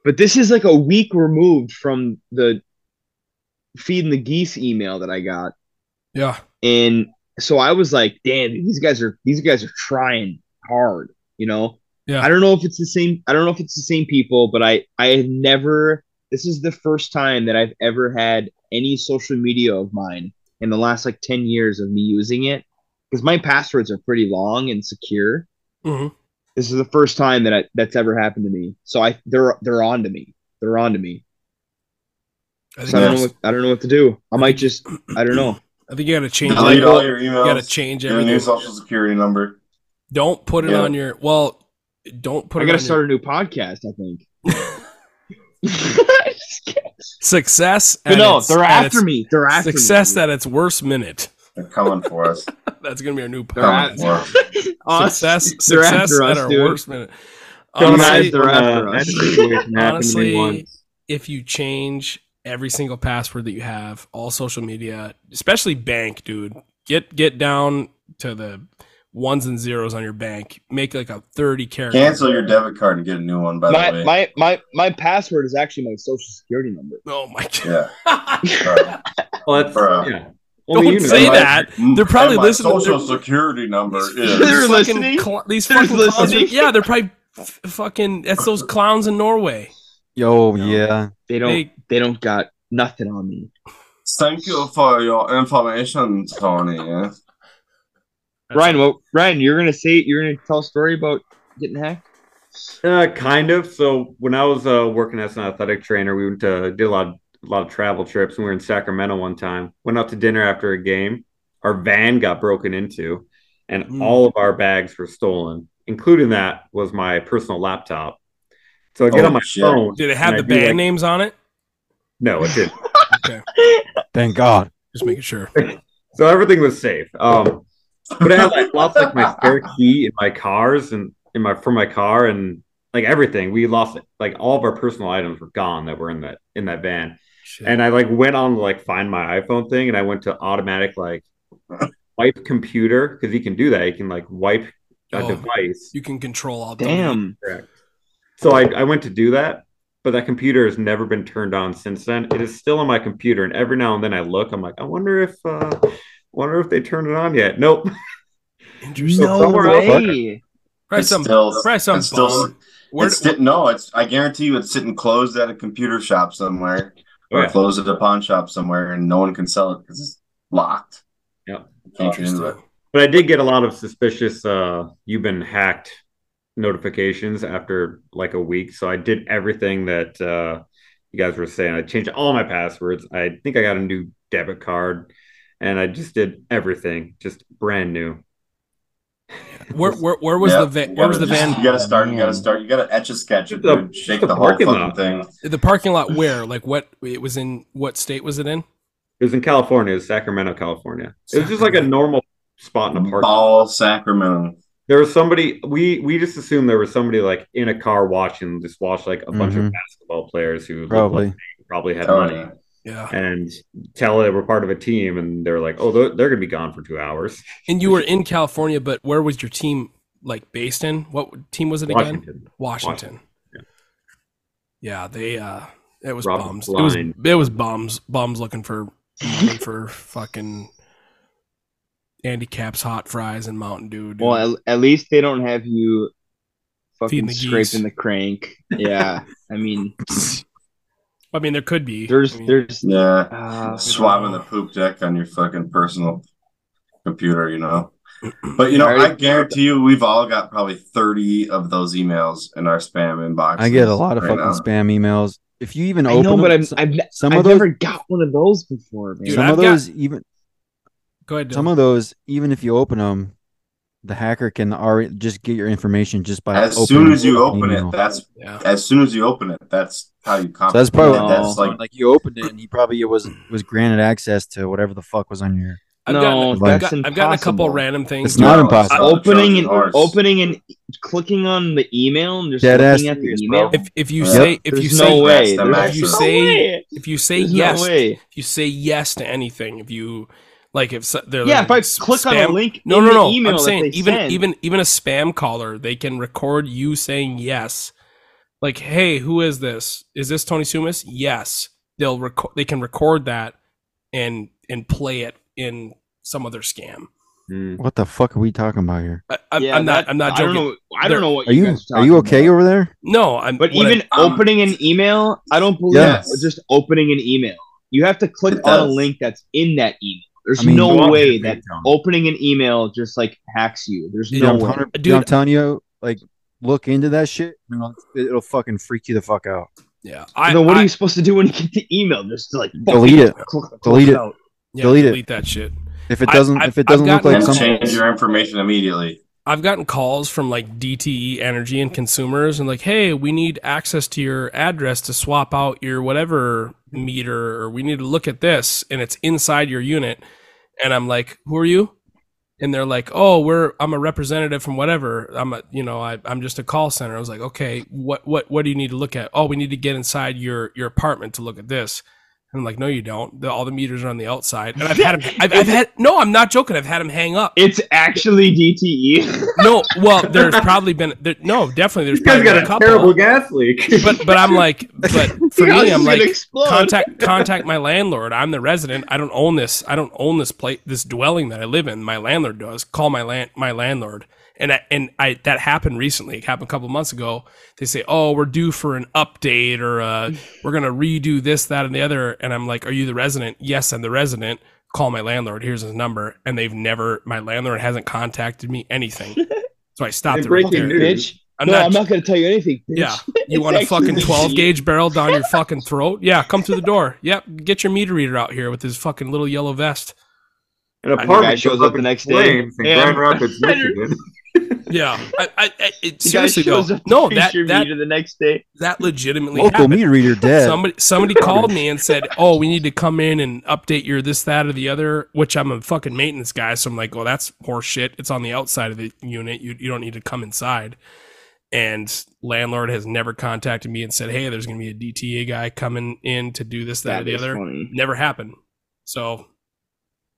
S1: But this is like a week removed from the feeding the geese email that I got.
S3: Yeah.
S1: And so I was like, damn, these guys are these guys are trying hard, you know?
S3: Yeah.
S1: I don't know if it's the same I don't know if it's the same people, but I I had never this is the first time that I've ever had any social media of mine in the last like 10 years of me using it because my passwords are pretty long and secure.
S3: hmm
S1: This is the first time that I, that's ever happened to me. So I they're they're on to me. They're on to me.
S3: I
S1: So I don't know
S3: that's-
S1: what, I don't know what to do. I might just I don't know.
S3: I think you gotta change
S1: I like
S4: Delete
S3: it.
S4: all your
S3: You gotta
S4: emails.
S3: change
S4: Get a new
S3: everything.
S4: social security number.
S3: Don't put it
S4: Yeah.
S3: on your well. Don't put
S1: I
S3: it.
S1: gotta
S3: on
S1: start a new podcast, I think.
S3: Your,
S1: I just can't.
S3: success.
S1: But
S3: at
S1: no,
S3: its-
S1: they're
S3: at
S1: after
S3: its-
S1: me. They're after
S3: Success
S1: me.
S3: at its worst minute.
S4: They're coming for us.
S3: That's gonna be our new
S1: They're
S3: podcast.
S4: coming
S1: after
S4: for us.
S1: Us.
S3: Success.
S1: They're
S3: Success
S1: after
S3: at
S1: us,
S3: our
S1: dude.
S3: worst minute.
S1: Don't
S3: Honestly,
S1: they're after
S7: Uh,
S1: us.
S7: that situation happened to me
S3: Honestly,
S7: once.
S3: if you change every single password that you have, all social media, especially bank, dude, get get down to the ones and zeros on your bank. Make like a thirty character.
S4: Cancel your debit card and get a new one. By the
S1: My,
S4: way,
S1: my my my password is actually my social security number.
S3: Oh my god.
S4: yeah. Bro.
S7: well, that's,
S4: Bro.
S7: yeah. Only
S3: Don't
S7: you know.
S3: say
S4: And my-
S3: that. They're probably
S4: and my
S3: listening to-
S4: Social security number
S3: These
S4: is.
S1: They're
S3: fucking
S1: listening?
S3: cl- these
S1: They're
S3: fucking clowns are-
S1: listening?
S3: yeah, they're probably f- fucking. That's those clowns in Norway.
S8: Yo,
S4: No.
S8: yeah.
S1: They don't
S3: They,
S1: they, don't got nothing on me.
S4: Thank you for your information, Tony. Yeah.
S1: Ryan, well, Ryan, you're gonna say you're gonna tell a story about getting hacked.
S7: Uh, kind of. So when I was uh, working as an athletic trainer, we went to did a lot of, a lot of travel trips, and we were in Sacramento one time. Went out to dinner after a game. Our van got broken into, and
S3: Mm.
S7: all of our bags were stolen, including that was my personal laptop. So I get
S4: Oh,
S7: on my
S4: shit.
S7: phone.
S3: Did it have
S7: and I
S3: the
S7: do,
S3: band
S7: like-
S3: names on it?
S7: No, it didn't.
S3: Okay,
S8: Thank God.
S3: just making sure.
S7: so everything was safe. Um, but I had like lost like my spare key in my cars and in my from my car and like everything. We lost like all of our personal items were gone that were in that in that van.
S3: Shit.
S7: And I like went on to like find my iPhone thing and I went to automatic like wipe computer because you can do that. You can like wipe a
S3: Oh,
S7: device.
S3: you can control all.
S1: Damn.
S7: So I, I went to do that, but that computer has never been turned on since then. It is still on my computer, and every now and then I look. I'm like, I wonder if, uh, wonder if they turned it on yet. Nope.
S3: Interesting.
S7: No way.
S1: way.
S3: Probably
S4: It's
S3: some.
S4: still-
S3: probably some
S4: it's still-
S3: bum. Where-
S4: it's sit- no, it's I guarantee you it's sitting closed at a computer shop somewhere or
S7: Yeah.
S4: closed at a pawn shop somewhere and no one can sell it because it's locked.
S7: Yep.
S4: You Can't get into it.
S7: But I did get a lot of suspicious. Uh, you've been hacked notifications after like a week. So I did everything that uh, you guys were saying. I changed all my passwords. I think I got a new debit card, and I just did everything, just brand new.
S3: Where, where, where was
S4: Yeah,
S3: the van?
S4: you
S3: Where was the
S4: gotta just- You
S3: van?
S4: gotta start. You gotta
S1: Man.
S4: start. You gotta etch a sketch.
S7: Just a-
S4: dude. Shake
S7: just a
S4: the whole
S7: Mm. parking
S4: fucking
S7: lot.
S4: thing.
S3: The parking lot. Where? Like what? It was in what state was it in?
S7: It was in California, it was Sacramento, California. It was just like a
S3: Sacramento.
S7: normal spot in a park.
S4: Ball Sacramento.
S7: There was somebody we we just assumed there was somebody like in a car watching, just watched like a bunch of
S8: Mhm.
S7: basketball players who looked
S8: Probably.
S7: like they probably had
S4: Tony.
S7: money
S3: Yeah.
S7: and tell they were part of a team, and they're like, oh, they're, they're gonna be gone for two hours.
S3: And you were in California, but where was your team like based in? What team was it again?
S7: Washington.
S3: Washington. Yeah, they uh it was
S7: Rob
S3: bums.
S7: Klein.
S3: It was it was bums bums looking for looking for fucking Andy Cap's hot fries and Mountain Dew. dude.
S1: Well, at, at least they don't have you fucking
S3: Feeding the geese.
S1: scraping the crank. Yeah. I mean,
S3: I mean there could be.
S1: there's
S3: I mean,
S1: there's
S4: Yeah.
S1: uh,
S4: swabbing the poop deck on your fucking personal computer, you know. But you know, I
S1: Alright.
S4: guarantee you, we've all got probably thirty of those emails in our spam inbox.
S8: I get a lot of
S4: right
S8: fucking
S4: now.
S8: spam emails. If you even
S1: I
S8: open
S1: know, but
S8: them,
S1: I'm,
S8: some,
S1: I've, ne-
S8: some
S1: I've
S8: of those,
S1: never got one of those before, man.
S3: Dude,
S8: some
S3: I've
S8: of
S3: got-
S8: those, even
S3: go ahead. Dylan.
S8: some of those, even if you open them, the hacker can already just get your information just by
S4: As soon
S8: opening
S4: as you
S8: the
S4: open
S8: email.
S4: it, that's
S3: yeah.
S4: as soon as you open it, that's how you.
S8: So that's probably
S4: comprehend
S1: No.
S4: it.
S3: Oh.
S4: that's
S8: like,
S4: like
S8: like you opened it and he probably was was granted access to whatever the fuck was on your.
S3: I've
S1: No,
S3: gotten, I've,
S8: that's
S3: got- I've gotten a couple
S1: impossible.
S3: random things.
S8: It's not
S4: No,
S8: impossible.
S4: not a
S1: opening
S4: Trojan
S1: and
S4: horse.
S1: opening and clicking on the email and just
S8: Dead ass
S1: looking at the
S8: serious,
S1: email.
S8: bro.
S3: if if you
S4: Yeah.
S3: say if
S1: There's
S3: you
S1: no
S3: say
S1: way.
S4: that's the
S1: There's
S3: if you
S4: maximum.
S3: say
S1: no way.
S3: if you say
S1: There's
S3: yes
S1: no way.
S3: if you say yes to anything if you like if so- they're
S1: Yeah,
S3: like,
S1: if I
S3: s-
S1: click on a
S3: spam-
S1: link
S3: No,
S1: in
S3: no,
S1: the
S3: no.
S1: email
S3: I'm
S1: that
S3: saying
S1: they
S3: even
S1: send-
S3: even even a spam caller, they can record you saying yes. Like, hey, who is this? Is this Tony Sumas? Yes. They'll record. They can record that and and play it in some other scam.
S7: Mm.
S8: What the fuck are we talking about here?
S3: I, I'm,
S1: Yeah,
S3: I'm not.
S1: that-
S3: I'm not
S1: I don't
S3: joking.
S1: know. I
S3: They're-
S1: don't know what
S8: Are you
S1: guys
S8: are you
S1: talking
S8: okay
S1: about.
S8: over there?
S3: No, I'm.
S1: But
S3: what I-
S1: even
S4: um,
S1: opening an email, I don't believe
S8: Yeah.
S1: it's just opening an email. You have to click
S4: It
S1: on a
S4: does.
S1: link that's in that email. There's
S8: I mean,
S7: Go
S1: no
S7: on,
S1: way
S7: hit
S1: that
S7: Patreon.
S1: opening an email just like hacks you. There's
S3: Yeah,
S8: Dude,
S1: no
S8: I'm,
S1: way.
S8: telling, dude,
S3: Dude.
S8: I'm telling you, like, look into that shit. you know, It'll fucking freak you the fuck out.
S3: yeah. I,
S1: then what
S3: I-
S1: are you supposed to do when you get the email? Just like
S8: Delete it.
S1: click- click
S8: Delete it.
S1: out.
S3: yeah,
S8: delete it.
S3: that shit.
S8: If it
S3: I-
S8: doesn't,
S3: I-
S8: if it
S3: I've
S8: doesn't look
S3: gotten-
S8: like
S4: and
S8: something,
S4: change your information immediately.
S3: I've gotten calls from like DTE Energy and consumers and like, hey, we need access to your address to swap out your whatever meter, or we need to look at this, and it's inside your unit. And I'm like, who are you? And they're like, oh, we're I'm a representative from whatever. I'm a you know I, I'm just a call center. I was like, okay, what what what do you need to look at? Oh, we need to get inside your your apartment to look at this. And I'm like, no, you don't. The, all the meters are on the outside. And I've had them. I've, I've had no. I'm not joking. I've had them hang up.
S1: It's actually E. DTE.
S3: No, well, there's probably been there, no, definitely there's
S7: This
S3: probably
S7: guy's got
S3: been
S7: a
S3: a couple.
S7: terrible gas leak.
S3: But but I'm like, but for
S1: Yeah,
S3: me,
S1: it's
S3: I'm
S1: gonna
S3: like,
S1: explode.
S3: contact contact my landlord. I'm the resident. I don't own this. I don't own this place, this dwelling that I live in. My landlord does. Call my land my landlord. And I, and I that happened recently. It happened a couple months ago. They say, "Oh, we're due for an update, or uh, we're gonna redo this, that, and the other." And I'm like, "Are you the resident?" Yes, I'm the resident. Call my landlord. Here's his number. And they've never. My landlord hasn't contacted me anything. So I stopped
S7: And
S3: it right
S7: breaking
S3: there.
S7: news.
S1: bitch.
S3: I'm
S1: no,
S3: not
S1: I'm not gonna tell you anything. Bitch.
S3: Yeah.
S1: It's
S3: you want a
S1: actually
S3: fucking 12
S1: DTE.
S3: gauge barrel down your fucking throat? Yeah, come through the door. Yep, get your meter reader out here with his fucking little yellow vest.
S7: An
S1: guy
S7: apartment
S1: shows
S7: shows
S1: up
S7: up
S1: the
S7: in
S1: next day,
S7: flames in
S1: and-
S7: Grand Rapids, Michigan.
S3: Yeah, I, I, I it,
S1: The guy
S3: seriously though,
S1: shows up
S3: no,
S1: to
S3: Oh, that
S1: feature
S3: that,
S1: meter the next day.
S3: that legitimately
S8: Local
S3: happened.
S8: meter reader dead.
S3: Somebody somebody called me and said, "Oh, we need to come in and update your this, that, or the other." Which I'm a fucking maintenance guy, so I'm like, "Oh, that's horse shit. It's on the outside of the unit. You you don't need to come inside." And landlord has never contacted me and said, "Hey, there's going to be a DTA guy coming in to do this, that, or the
S1: is
S3: other."
S1: funny.
S3: Never happened. So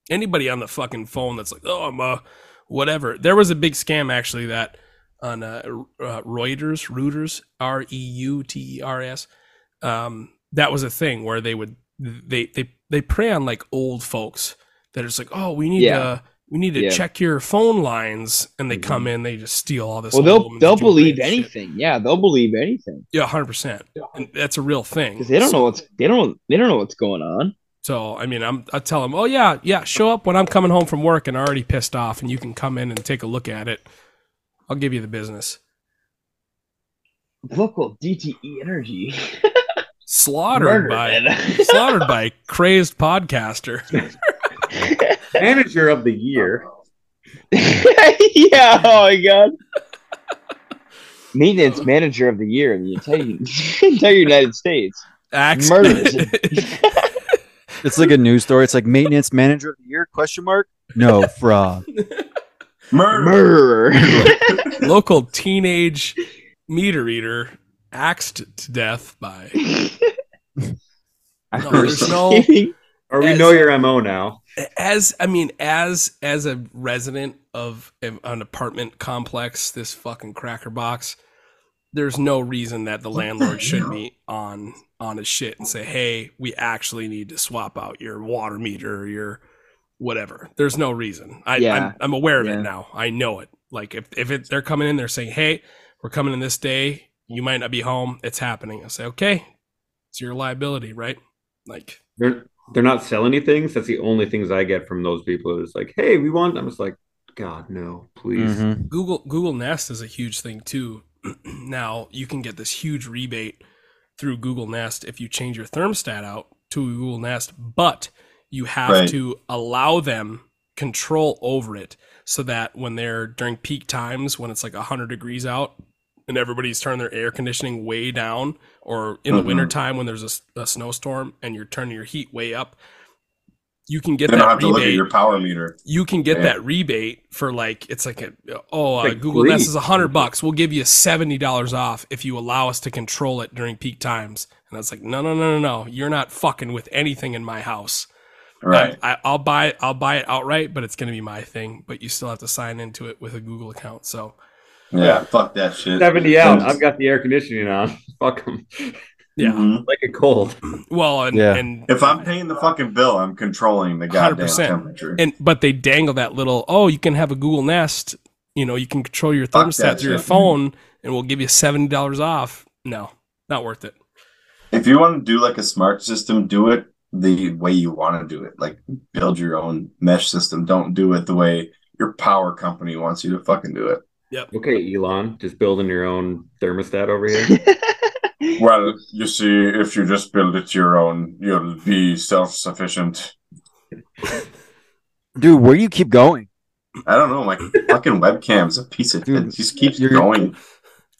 S3: anybody on the fucking phone that's like, "Oh, I'm uh whatever." There was a big scam actually that on uh, uh Reuters, Reuters, R E U T E R S. Um that was a thing where they would they they they prey on like old folks that are just like, "Oh, we need
S1: Yeah.
S3: to we need to
S1: Yeah. Mm-hmm.
S3: check your phone lines." And they come in, they just steal all this
S1: Well,
S3: old
S1: they'll
S3: woman's
S1: they'll
S3: jewelry
S1: believe
S3: and shit.
S1: anything. Yeah, they'll believe anything
S3: Yeah, 100%. And that's a real thing.
S1: because they don't know what's they don't they don't know what's going on.
S3: So I mean, I'm I tell him, oh yeah, yeah, show up when I'm coming home from work and already pissed off, and you can come in and take a look at it. I'll give you the business.
S1: Local DTE Energy
S3: Slaughtered
S1: Murder,
S3: by
S1: man.
S3: slaughtered by crazed podcaster.
S7: Manager of the year.
S1: yeah. Oh my god. Maintenance manager of the year in the entire, entire United States.
S3: Axe.
S1: Murderers.
S8: It's like a news story. It's like maintenance manager of the year? Question mark? No, fraud.
S4: Murder.
S1: Murderer.
S3: Local teenage meter eater axed to death by. No, there's no
S7: Or we
S3: Yes.
S7: know your MO now.
S3: as I mean as as a resident of an apartment complex, this fucking cracker box. There's no reason that the landlord should be on on his shit and say, "Hey, we actually need to swap out your water meter or your whatever." There's no reason. I,
S1: Yeah.
S3: I'm, I'm aware of
S1: Yeah.
S3: it now. I know it. Like if if it, they're coming in, they're saying, "Hey, we're coming in this day. You might not be home. It's happening." I say, "Okay, it's your liability, right?" Like
S7: They're they're not selling any things. That's the only things I get from those people. It's like, hey, we want. I'm just like, God, no, please.
S3: Mm-hmm.
S8: Mhm.
S3: Google Google Nest is a huge thing too. now you can get this huge rebate through Google Nest if you change your thermostat out to Google Nest, but you have
S4: Right.
S3: to allow them control over it so that when they're during peak times when it's like 100 degrees out and everybody's turning their air conditioning way down or in the
S4: Mhm.
S3: wintertime when there's a s- a, snowstorm and you're turning your heat way up you can get
S4: You don't
S3: that
S4: have to
S3: rebate
S4: look at your power meter.
S3: you can get
S4: Yeah.
S3: that rebate for like it's like a oh uh,
S7: Like
S3: Google
S7: free.
S3: Nest is a hundred bucks. We'll give you seventy dollars off if you allow us to control it during peak times. And I was like, no, no, no, no, no. You're not fucking with anything in my house.
S4: Right.
S3: I, I'll buy it. I'll buy it outright, but it's gonna be my thing. But you still have to sign into it with a Google account. So
S4: Yeah. Fuck that shit.
S7: 70 out. I've got the air conditioning on. Fuck them.
S3: yeah.
S4: Mhm.
S7: Like a cold.
S3: Well, and
S8: Yeah.
S3: and
S4: If I'm paying the fucking bill, I'm controlling the goddamn
S3: 100%.
S4: temperature.
S3: and but they dangle that little oh you can have a google nest you know you can control your
S4: Fuck
S3: thermostat
S4: that
S3: through your
S4: shit.
S3: phone and we'll give you $70 off no not worth it
S4: if you want to do like a smart system, do it the way you want to do it. Like build your own mesh system. Don't do it the way your power company wants you to fucking do it.
S7: Okay, Elon, just building your own thermostat over here.
S4: Well, you see, if you just build it your own, you'll be self sufficient.
S8: Dude, where do you keep going?
S4: I don't know. My fucking webcam's a piece of
S8: Dude,
S4: it. Just keeps
S8: you're-
S4: going.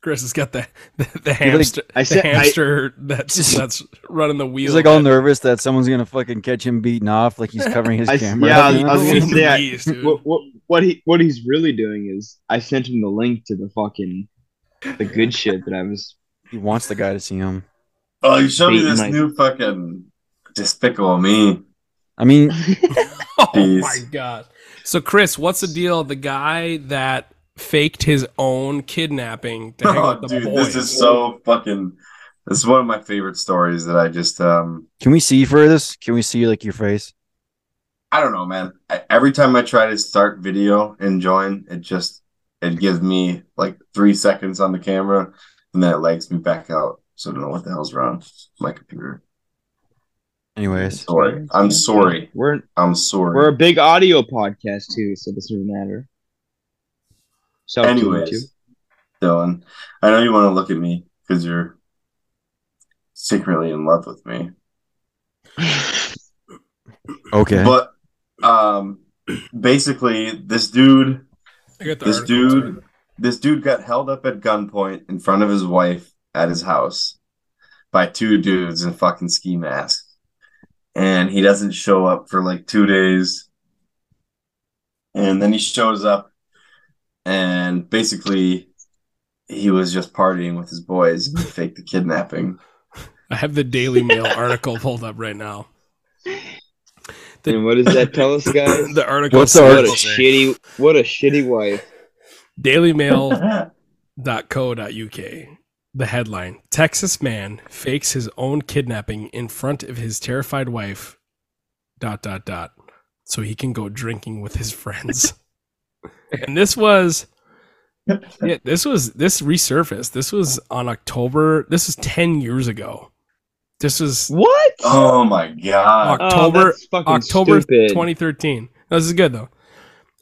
S3: chris has got the the, the hamster
S1: I
S3: the
S1: said I,
S3: hamster that's that's running the wheel
S8: He's like all nervous that someone's gonna fucking catch him beating off, like he's covering his
S1: I-
S8: camera.
S1: yeah, I was-
S8: you
S1: I was
S8: know?
S1: gonna say, I-
S3: Jeez, dude.
S1: what, what what he what he's really doing is I sent him the link to the fucking the good shit that I was
S8: he wants the guy to see him.
S4: Oh, you showed me
S1: Beating
S4: this
S1: my-
S4: new fucking despicable me.
S8: I mean,
S3: oh
S4: Jeez.
S3: my god so chris what's the deal the guy that faked his own kidnapping to hang
S4: Oh,
S3: with the
S4: dude,
S3: boys
S4: this is so fucking. This is one of my favorite stories that I just um.
S8: can we see for this? Can we see like your face?
S4: I don't know, man. I, every time I try to start video and join, it just it gives me like three seconds on the camera, and then it lags me back out. So I don't know what the hell's wrong with my computer.
S8: Anyways,
S4: Sorry, I'm sorry.
S1: We're
S4: I'm sorry.
S1: we're a big audio podcast too, so it doesn't matter. So
S4: Anyways, Dylan, I know you want to look at me because you're secretly in love with me,
S8: okay.
S4: but um, basically, this dude
S3: I got the
S4: This
S3: article,
S4: dude-
S3: sorry.
S4: This dude got held up at gunpoint in front of his wife at his house by two dudes in fucking ski masks. And he doesn't show up for like two days. And then he shows up and basically he was just partying with his boys and he faked the kidnapping.
S3: I have the Daily Mail article pulled up right now.
S1: and what does that tell us, guys?
S3: The article.
S8: What's the
S3: says-
S1: what a shitty, what a shitty wife.
S4: Oh
S3: dailymail.co.uk. The headline Texas man fakes his own kidnapping in front of his terrified wife, dot, dot, dot, so he can go drinking with his friends. and this was, yeah, this was, this resurfaced. This was on October, this was 10 years ago. This was
S1: What?
S4: oh my god.
S1: Oh,
S3: October-
S1: that's fucking
S3: October
S1: stupid.
S3: 2013. No, this is good though.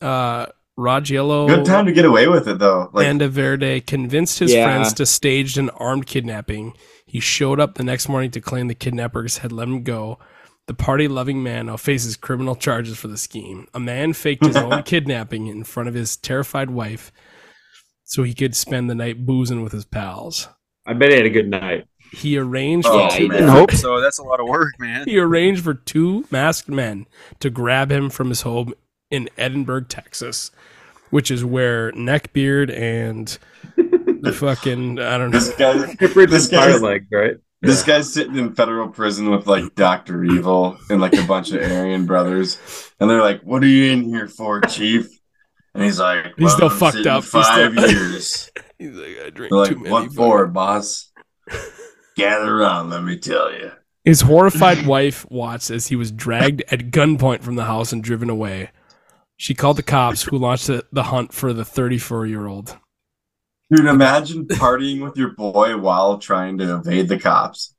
S3: Uh, Rogiello
S4: Good time to get away with it though. Like
S3: uh, Landaverde convinced his
S1: Yeah.
S3: friends to stage an armed kidnapping. He showed up the next morning to claim the kidnappers had let him go. The party loving man now faces criminal charges for the scheme. A man faked his own kidnapping in front of his terrified wife so he could spend the night boozing with his pals.
S7: I bet he had a good night.
S3: He arranged
S4: Oh,
S3: for
S4: man.
S3: two
S8: I hope so. That's a lot of work, man.
S3: he arranged for two masked men to grab him from his home in Edinburgh, Texas, which is where Neckbeard and the fucking I don't
S4: this
S3: know.
S4: guy
S7: This
S4: This guy's-
S7: fire leg, right?
S4: This guy's sitting in federal prison with like Dr. Evil and like a bunch of Aryan brothers. And they're like, What are you in here for, Chief? And he's like,
S3: He's still
S4: I'm
S3: fucked
S4: sitting
S3: up. He's
S4: Five
S3: still-
S4: years.
S3: He's like, I drink
S4: They're
S3: too
S4: like,
S3: many.
S4: What for, boss? Gather around, let me tell you.
S3: His horrified wife watched as he was dragged at gunpoint from the house and driven away. She called the cops, who launched the, the hunt for the 34 year old.
S4: Dude, imagine partying with your boy while trying to evade the cops.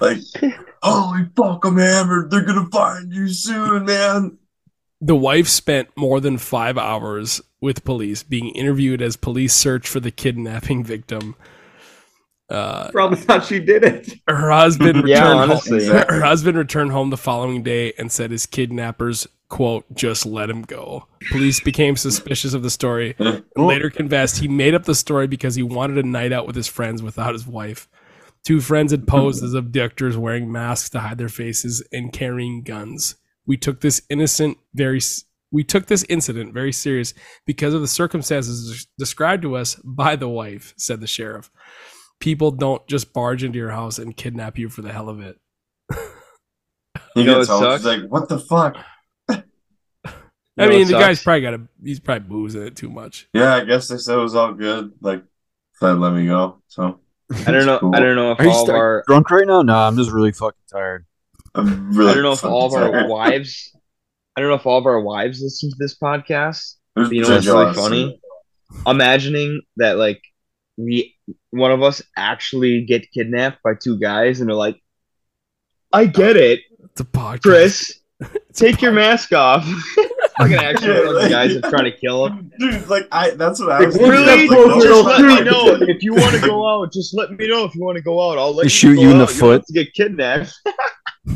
S4: Like, holy fuck, I'm hammered. They're gonna find you soon, man.
S3: The wife spent more than five hours with police, being interviewed as police search for the kidnapping victim. Uh,
S7: Probably thought she did it.
S3: her husband
S1: Yeah,
S3: returned
S1: honestly.
S3: home. her husband returned home the following day and said his kidnappers quote just let him go police became suspicious of the story and later confessed he made up the story because he wanted a night out with his friends without his wife two friends had posed as abductors wearing masks to hide their faces and carrying guns we took this innocent very s- we took this incident very serious because of the circumstances described to us by the wife said the sheriff people don't just barge into your house and kidnap you for the hell of it
S4: He
S1: You know
S4: gets
S1: what
S4: home.
S1: sucks?
S4: He's like, What the fuck?
S3: I
S1: You know
S3: mean,
S1: what
S3: the guy's
S1: sucks?
S3: probably got a he's probably boozing it too much.
S4: Yeah, I guess they said it was all good. Like, said let me go. So
S1: I don't know. I don't know if
S8: Are you
S1: all of
S8: stuck-
S1: our.
S8: Drunk right now? No, I'm just really fucking tired.
S4: I'm really
S1: I don't know if all of our
S4: sorry.
S1: wives. I don't know if all of our wives listen to this podcast.
S4: There's
S1: But you know
S4: no
S1: what's really
S4: jealousy.
S1: funny? Imagining that like we one of us actually get kidnapped by two guys and they're like, I get it,
S3: It's a podcast.
S1: Chris.
S3: It's a
S1: Take your
S3: pod-
S1: mask off. Fucking actually,
S4: Yeah,
S1: like,
S4: like-
S1: guys are trying to kill him.
S4: Dude, like I that's what I was thinking.
S1: Really?
S4: I was
S1: Just
S4: no,
S1: let me
S4: like,
S1: know if you want to go out. Just let me know if you want to go out. I'll let
S8: They
S1: you
S8: shoot
S1: go
S8: you in the
S1: out. You don't
S8: foot.
S1: have to get kidnapped.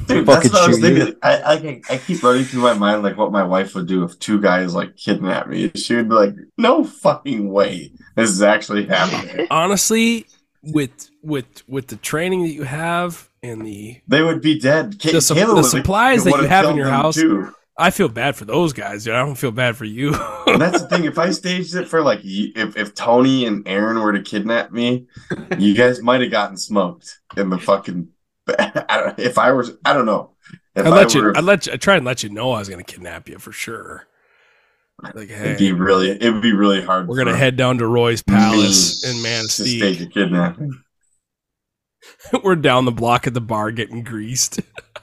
S4: Dude, that's
S8: Fucking
S4: what I was
S8: shoot you.
S4: thinking. I, I can- I keep running through my mind like what my wife would do if two guys like kidnapped me. She would be like, No fucking way this is actually happening.
S3: Honestly, with with with the training that you have and the,
S4: they would be dead. Ca-
S3: The sup-
S4: Caleb
S3: the
S4: would-
S3: supplies that
S4: would
S3: you have
S4: have
S3: in
S4: killed
S3: your
S4: them,
S3: house.
S4: too.
S3: I feel bad for those guys, dude. I don't feel bad for you.
S4: And that's the thing. If I staged it for like, y- if if Tony and Aaron were to kidnap me, you guys might have gotten smoked in the fucking. I don't, if I was, I don't know. If
S3: I let you.
S4: were-
S3: I let you. I tried and let you know I was gonna kidnap you for sure. Like,
S4: it'd be
S3: hey,
S4: really, it would be really hard.
S3: we're gonna
S4: for
S3: head down to Roy's
S4: me
S3: Palace in
S4: to stage
S3: Manistee.
S4: a kidnapping.
S3: We're down the block at the bar getting greased.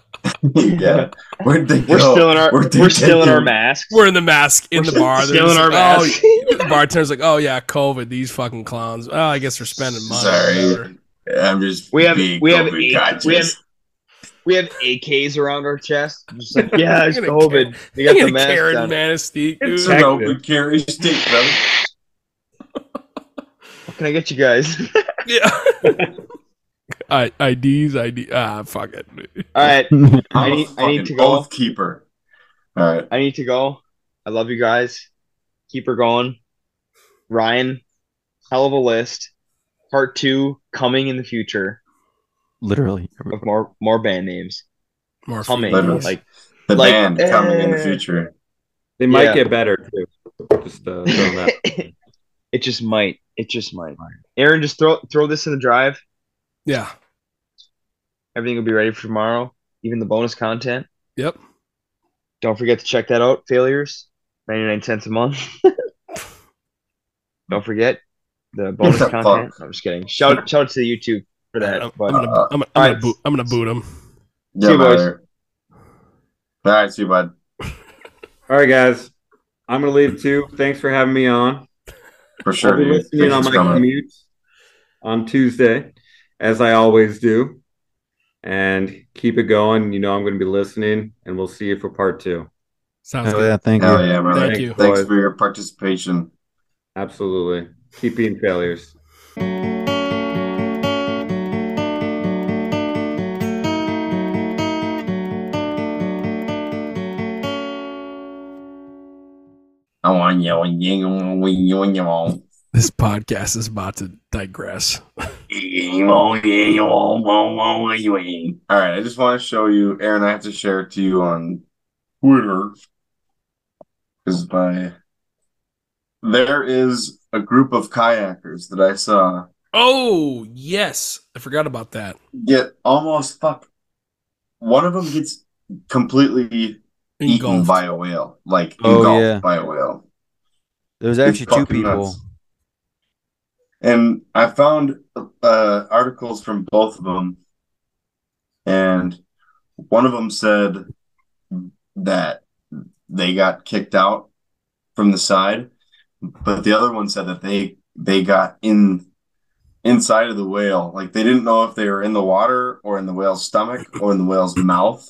S4: yeah, where'd they
S1: We're
S4: go?
S1: still in our
S4: Where'd they
S1: we're still in
S4: take
S1: our
S4: it?
S1: masks.
S3: We're in the mask in
S1: We're
S3: the bar.
S1: Still in
S3: There's-
S1: our
S3: oh,
S1: masks.
S3: the bartender's like, "Oh yeah, COVID. These fucking clowns. Oh, I guess they're spending money." Whatever.
S4: Sorry, I'm just.
S1: We have-
S4: being
S1: we have
S4: COVID
S1: eight-
S4: conscious.
S1: we have- we have AKs around our chest. Just like, yeah, it's
S3: Look at a
S1: COVID. We
S3: You
S1: got
S3: got
S1: the
S3: a Karen
S1: mask on.
S3: Manistee, dude.
S4: It's an open carry state, brother.
S1: What can I get you guys?
S3: Yeah. I, IDs, ID. Ah, fuck it.
S1: All right, I
S4: I'm a
S1: need- I need to
S4: fucking
S1: go.
S4: Oath keeper. All right.
S1: I need to go. I love you guys. Keep her going. Ryan, hell of a list. Part two coming in the future
S8: Literally.
S1: of more more band names
S3: More
S1: coming
S4: Literally.
S1: like
S4: The
S1: Like,
S4: band coming in the
S1: eh.
S4: future.
S7: They might
S1: Yeah.
S7: get better too. Just uh, throwing that.
S1: it just might it just might. Aaron, just throw throw this in the drive.
S3: Yeah.
S1: Everything will be ready for tomorrow. Even the bonus content.
S3: Yep.
S1: Don't forget to check that out. Failures, ninety nine cents a month. Don't forget the bonus
S4: the
S1: content. I'm just kidding. Shout shout out to the YouTube for
S3: I'm,
S1: that.
S3: I'm
S1: But
S3: gonna, I'm, gonna, I'm, gonna boot, I'm gonna boot him.
S4: Yeah,
S1: See you, boys.
S4: brother. All right, see you, bud.
S7: All right, guys. I'm gonna leave too. Thanks for having me on.
S4: For sure.
S7: I'll be
S4: dude.
S7: listening on
S4: Thanks
S7: my
S4: for coming.
S7: commute on Tuesday, as I always do. And keep it going. You know I'm gonna be listening, and we'll see you for part two.
S3: Sounds
S8: Oh,
S3: good.
S8: yeah, thank you.
S4: Hell yeah, brother.
S3: Thank you.
S4: Thanks for your participation.
S7: Absolutely. Keep being failures.
S4: I want you, I want you, I want you, I want you, I want
S3: This podcast is about to digress.
S4: you, I want you, I want you, I want you. All right, I just want to show you, Aaron. I have to share it to you on Twitter. Is my there is a group of kayakers that I saw
S3: Oh yes, I forgot about that.
S4: get almost fuck. One of them gets completely eaten
S3: Engulfed.
S4: by a whale, like
S8: Oh,
S4: engulfed
S8: yeah.
S4: by a whale.
S8: There was
S4: It's
S8: actually two
S4: fucking
S8: people.
S4: nuts. And I found uh, articles from both of them, and one of them said that they got kicked out from the side, but the other one said that they they got in inside of the whale. Like they didn't know if they were in the water or in the whale's stomach or in the whale's mouth.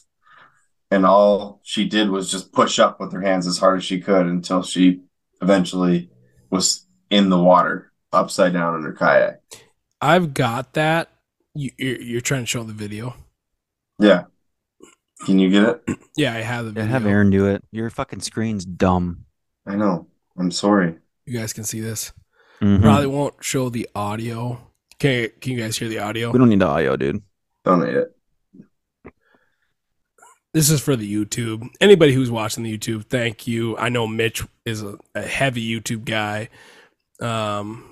S4: And all she did was just push up with her hands as hard as she could until she eventually was in the water upside down in her kayak.
S3: I've got that. You, you're, you're trying to show the video.
S4: Yeah. Can you get it?
S3: Yeah, I have the video.
S8: Yeah, have Aaron do it. Your fucking screen's dumb.
S4: I know. I'm sorry.
S3: You guys can see this.
S8: Mhm.
S3: Probably won't show the audio. Can can you guys hear the audio?
S8: We don't need the audio, dude.
S4: Donate it.
S3: This is for the YouTube. Anybody who's watching the YouTube, thank you. I know Mitch is a, a heavy YouTube guy. Um,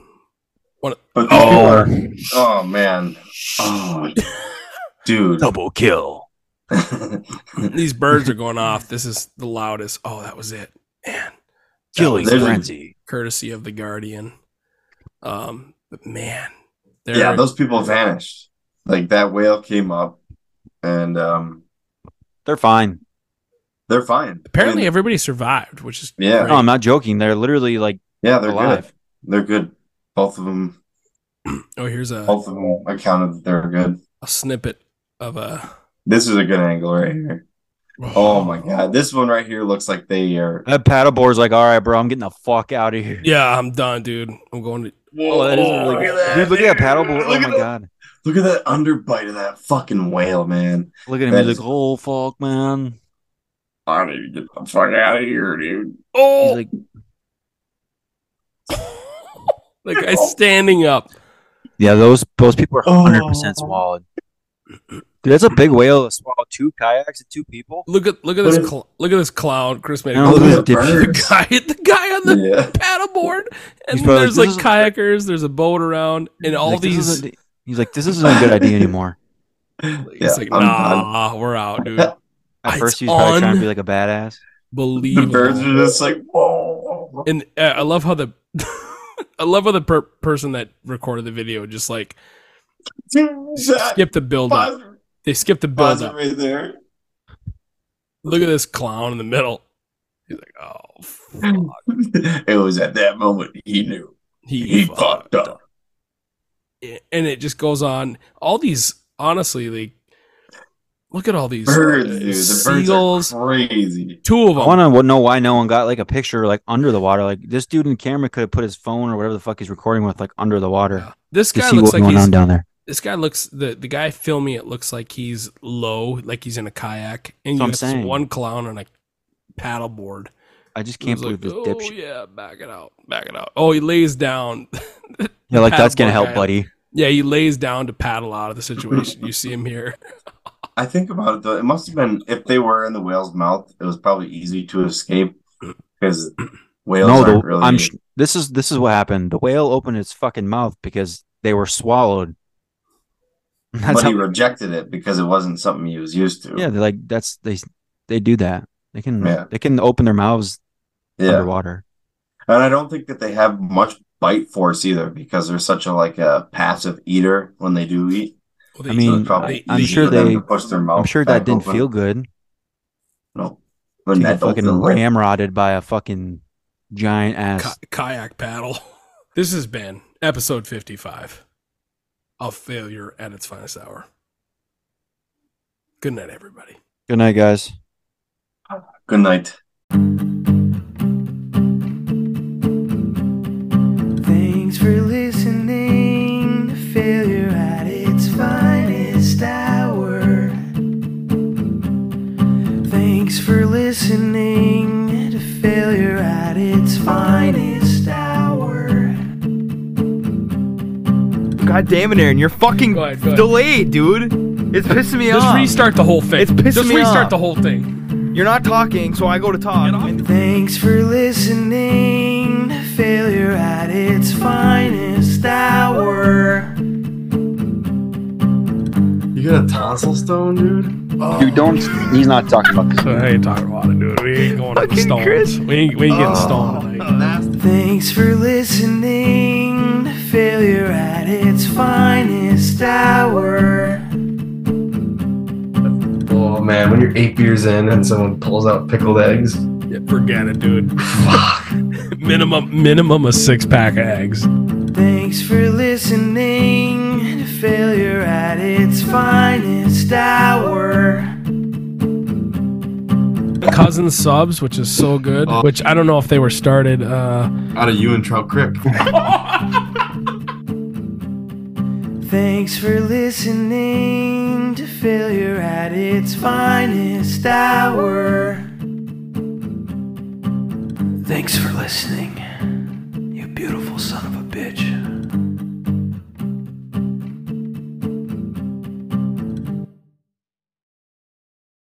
S4: But
S8: Oh.
S4: oh man. Oh dude.
S8: Double kill.
S3: these birds are going off. This is the loudest. Oh, that was it. Man, That
S8: Killing
S3: was
S4: There's-
S8: frenzy.
S3: courtesy of the Guardian. Um, but man, there
S4: yeah,
S3: are-
S4: those people vanished. Like that whale came up and um
S8: They're fine.
S4: they're fine.
S3: apparently
S4: And-
S3: everybody survived, which is
S4: Yeah.
S3: great.
S8: No, I'm not joking. They're literally like
S4: yeah, they're
S8: alive.
S4: good. They're good. Both of them
S3: Oh, here's a,
S4: both of them accounted that they're good.
S3: a snippet of a.
S4: This is a good angle right here. Oh my god. This one right here looks like they are
S8: That paddleboard's like, all right, bro, I'm getting the fuck out of here.
S3: Yeah, I'm done, dude. I'm going to.
S8: Oh, that is a really
S4: look at
S8: Dude, look at that
S4: dude.
S8: paddleboard. Oh
S4: Look
S8: my
S4: at that.
S8: god.
S4: Look at that underbite of that fucking whale, man.
S8: Look at him.
S4: That
S8: He's
S4: is-
S8: like, oh fuck, man.
S4: I need to get the fuck out of here, dude.
S8: He's
S3: Oh,
S8: like,
S3: the guy's standing up.
S8: yeah, those those people are
S4: Oh.
S8: 100 percent swallowed. Dude, that's a big whale to swallow two kayaks and two people.
S3: Look at look at this cl- look at this clown, Chris made. a
S8: And look
S3: clown.
S8: at
S4: the
S8: this dipshit.
S4: bird.
S3: the guy, the guy on the
S4: Yeah.
S3: paddleboard, and
S8: He's probably
S3: there's
S8: like,
S3: like
S8: "This is-
S3: kayakers. There's a boat around, and
S8: He's
S3: all
S8: like, "This
S3: these.
S8: isn't- He's like, this isn't a good idea anymore.
S3: it's
S4: Yeah,
S3: like,
S4: I'm
S3: nah, we're out, dude.
S8: At
S3: It's
S8: first, he's probably trying
S3: on-
S8: to be like a badass.
S4: done. The
S3: Believe
S4: birds are just like, whoa.
S3: and uh, I love how the I love how the per- person that recorded the video just like
S4: That
S3: skipped the build up.
S4: buzzer,
S3: They skipped the build
S4: buzzer
S3: up.
S4: right there.
S3: Look at this clown in the middle. He's like, oh, fuck.
S4: it was at that moment he knew.
S3: he,
S4: He fucked up.
S3: And it just goes on. All these, honestly, like, look at all these
S4: Birds,
S3: uh,
S4: dude. The
S3: seagulls.
S4: birds are crazy.
S3: Two of
S8: I
S3: them.
S8: want to know why no one got like a picture like under the water. Like this dude in the camera could have put his phone or whatever the fuck he's recording with like under the water
S3: this
S8: to
S3: guy
S8: see
S3: looks
S8: what's
S3: like
S8: going
S3: he's
S8: on down there.
S3: this guy looks the the guy filming it looks like he's low, like he's in a kayak, and you
S8: That's what I'm
S3: have this
S8: saying.
S3: one clown on a paddleboard
S8: I just can't
S3: He was
S8: believe this
S3: like,
S8: dipshit.
S3: Oh yeah, back it out, back it out. Oh, he lays down.
S8: Yeah, like that's gonna
S3: Pat
S8: help,
S3: Buckeye.
S8: buddy.
S3: Yeah, he lays down to paddle out of the situation. You see him here.
S4: I think about it though. It must have been if they were in the whale's mouth, it was probably easy to escape because whales
S8: No,
S4: aren't
S8: the,
S4: really.
S8: I'm. Sh- this is this is what happened. The whale opened its fucking mouth because they were swallowed. That's
S4: but
S8: how,
S4: he rejected it because it wasn't something he was used to.
S8: yeah, they're like that's they they do that. They can
S4: Yeah.
S8: they can open their mouths
S4: yeah.
S8: underwater.
S4: And I don't think that they have much bite force either because they're such a like a passive eater when they do eat.
S3: Well, they-
S8: I mean,
S3: they-
S4: probably
S8: I'm
S3: they-
S8: sure
S4: For them
S8: they-
S4: to push their mouth
S8: I'm sure that
S4: back
S8: didn't
S4: open.
S8: feel good.
S4: no.
S8: To
S4: When
S8: get
S4: that don't
S8: fucking
S4: feel good.
S8: ramrodded by a fucking giant ass.
S3: Ki- kayak paddle. This has been episode 55 of Failure at its Finest Hour. Good night, everybody.
S8: Good night, guys.
S4: Good night.
S9: Thanks for listening to Failure at its Finest Hour. Thanks for listening to Failure at its Finest Hour.
S10: God damn it, Aaron! You're fucking
S3: Go ahead, go ahead.
S10: delayed, dude. It's pissing me
S3: Just
S10: off.
S3: restart the whole thing.
S10: It's pissing
S3: Just
S10: me
S3: restart
S10: off.
S3: the whole thing.
S10: You're not talking, so I go to talk.
S9: And thanks for listening to Failure at its Finest Hour.
S4: You got a tonsil stone, dude?
S8: Dude, don't. He's not talking about this.
S3: I ain't talking about it, dude. We ain't going to the
S10: Fucking
S3: stones.
S10: Chris. Oh.
S3: We ain't, we ain't getting stoned tonight.
S9: Thanks for listening to Failure at its Finest Hour.
S11: Oh man, when you're eight beers in and someone pulls out pickled eggs,
S3: Yeah, forget it, dude.
S11: fuck.
S3: Minimum, minimum a six pack of eggs.
S9: Thanks for listening to Failure at its Finest Hour.
S3: Cousin subs, which is so good.
S10: Oh.
S3: Which I don't know if they were started. Uh,
S4: Out of you and Trout Crick.
S9: Thanks for listening to Failure at its Finest Hour. Thanks for listening, you beautiful son of a bitch.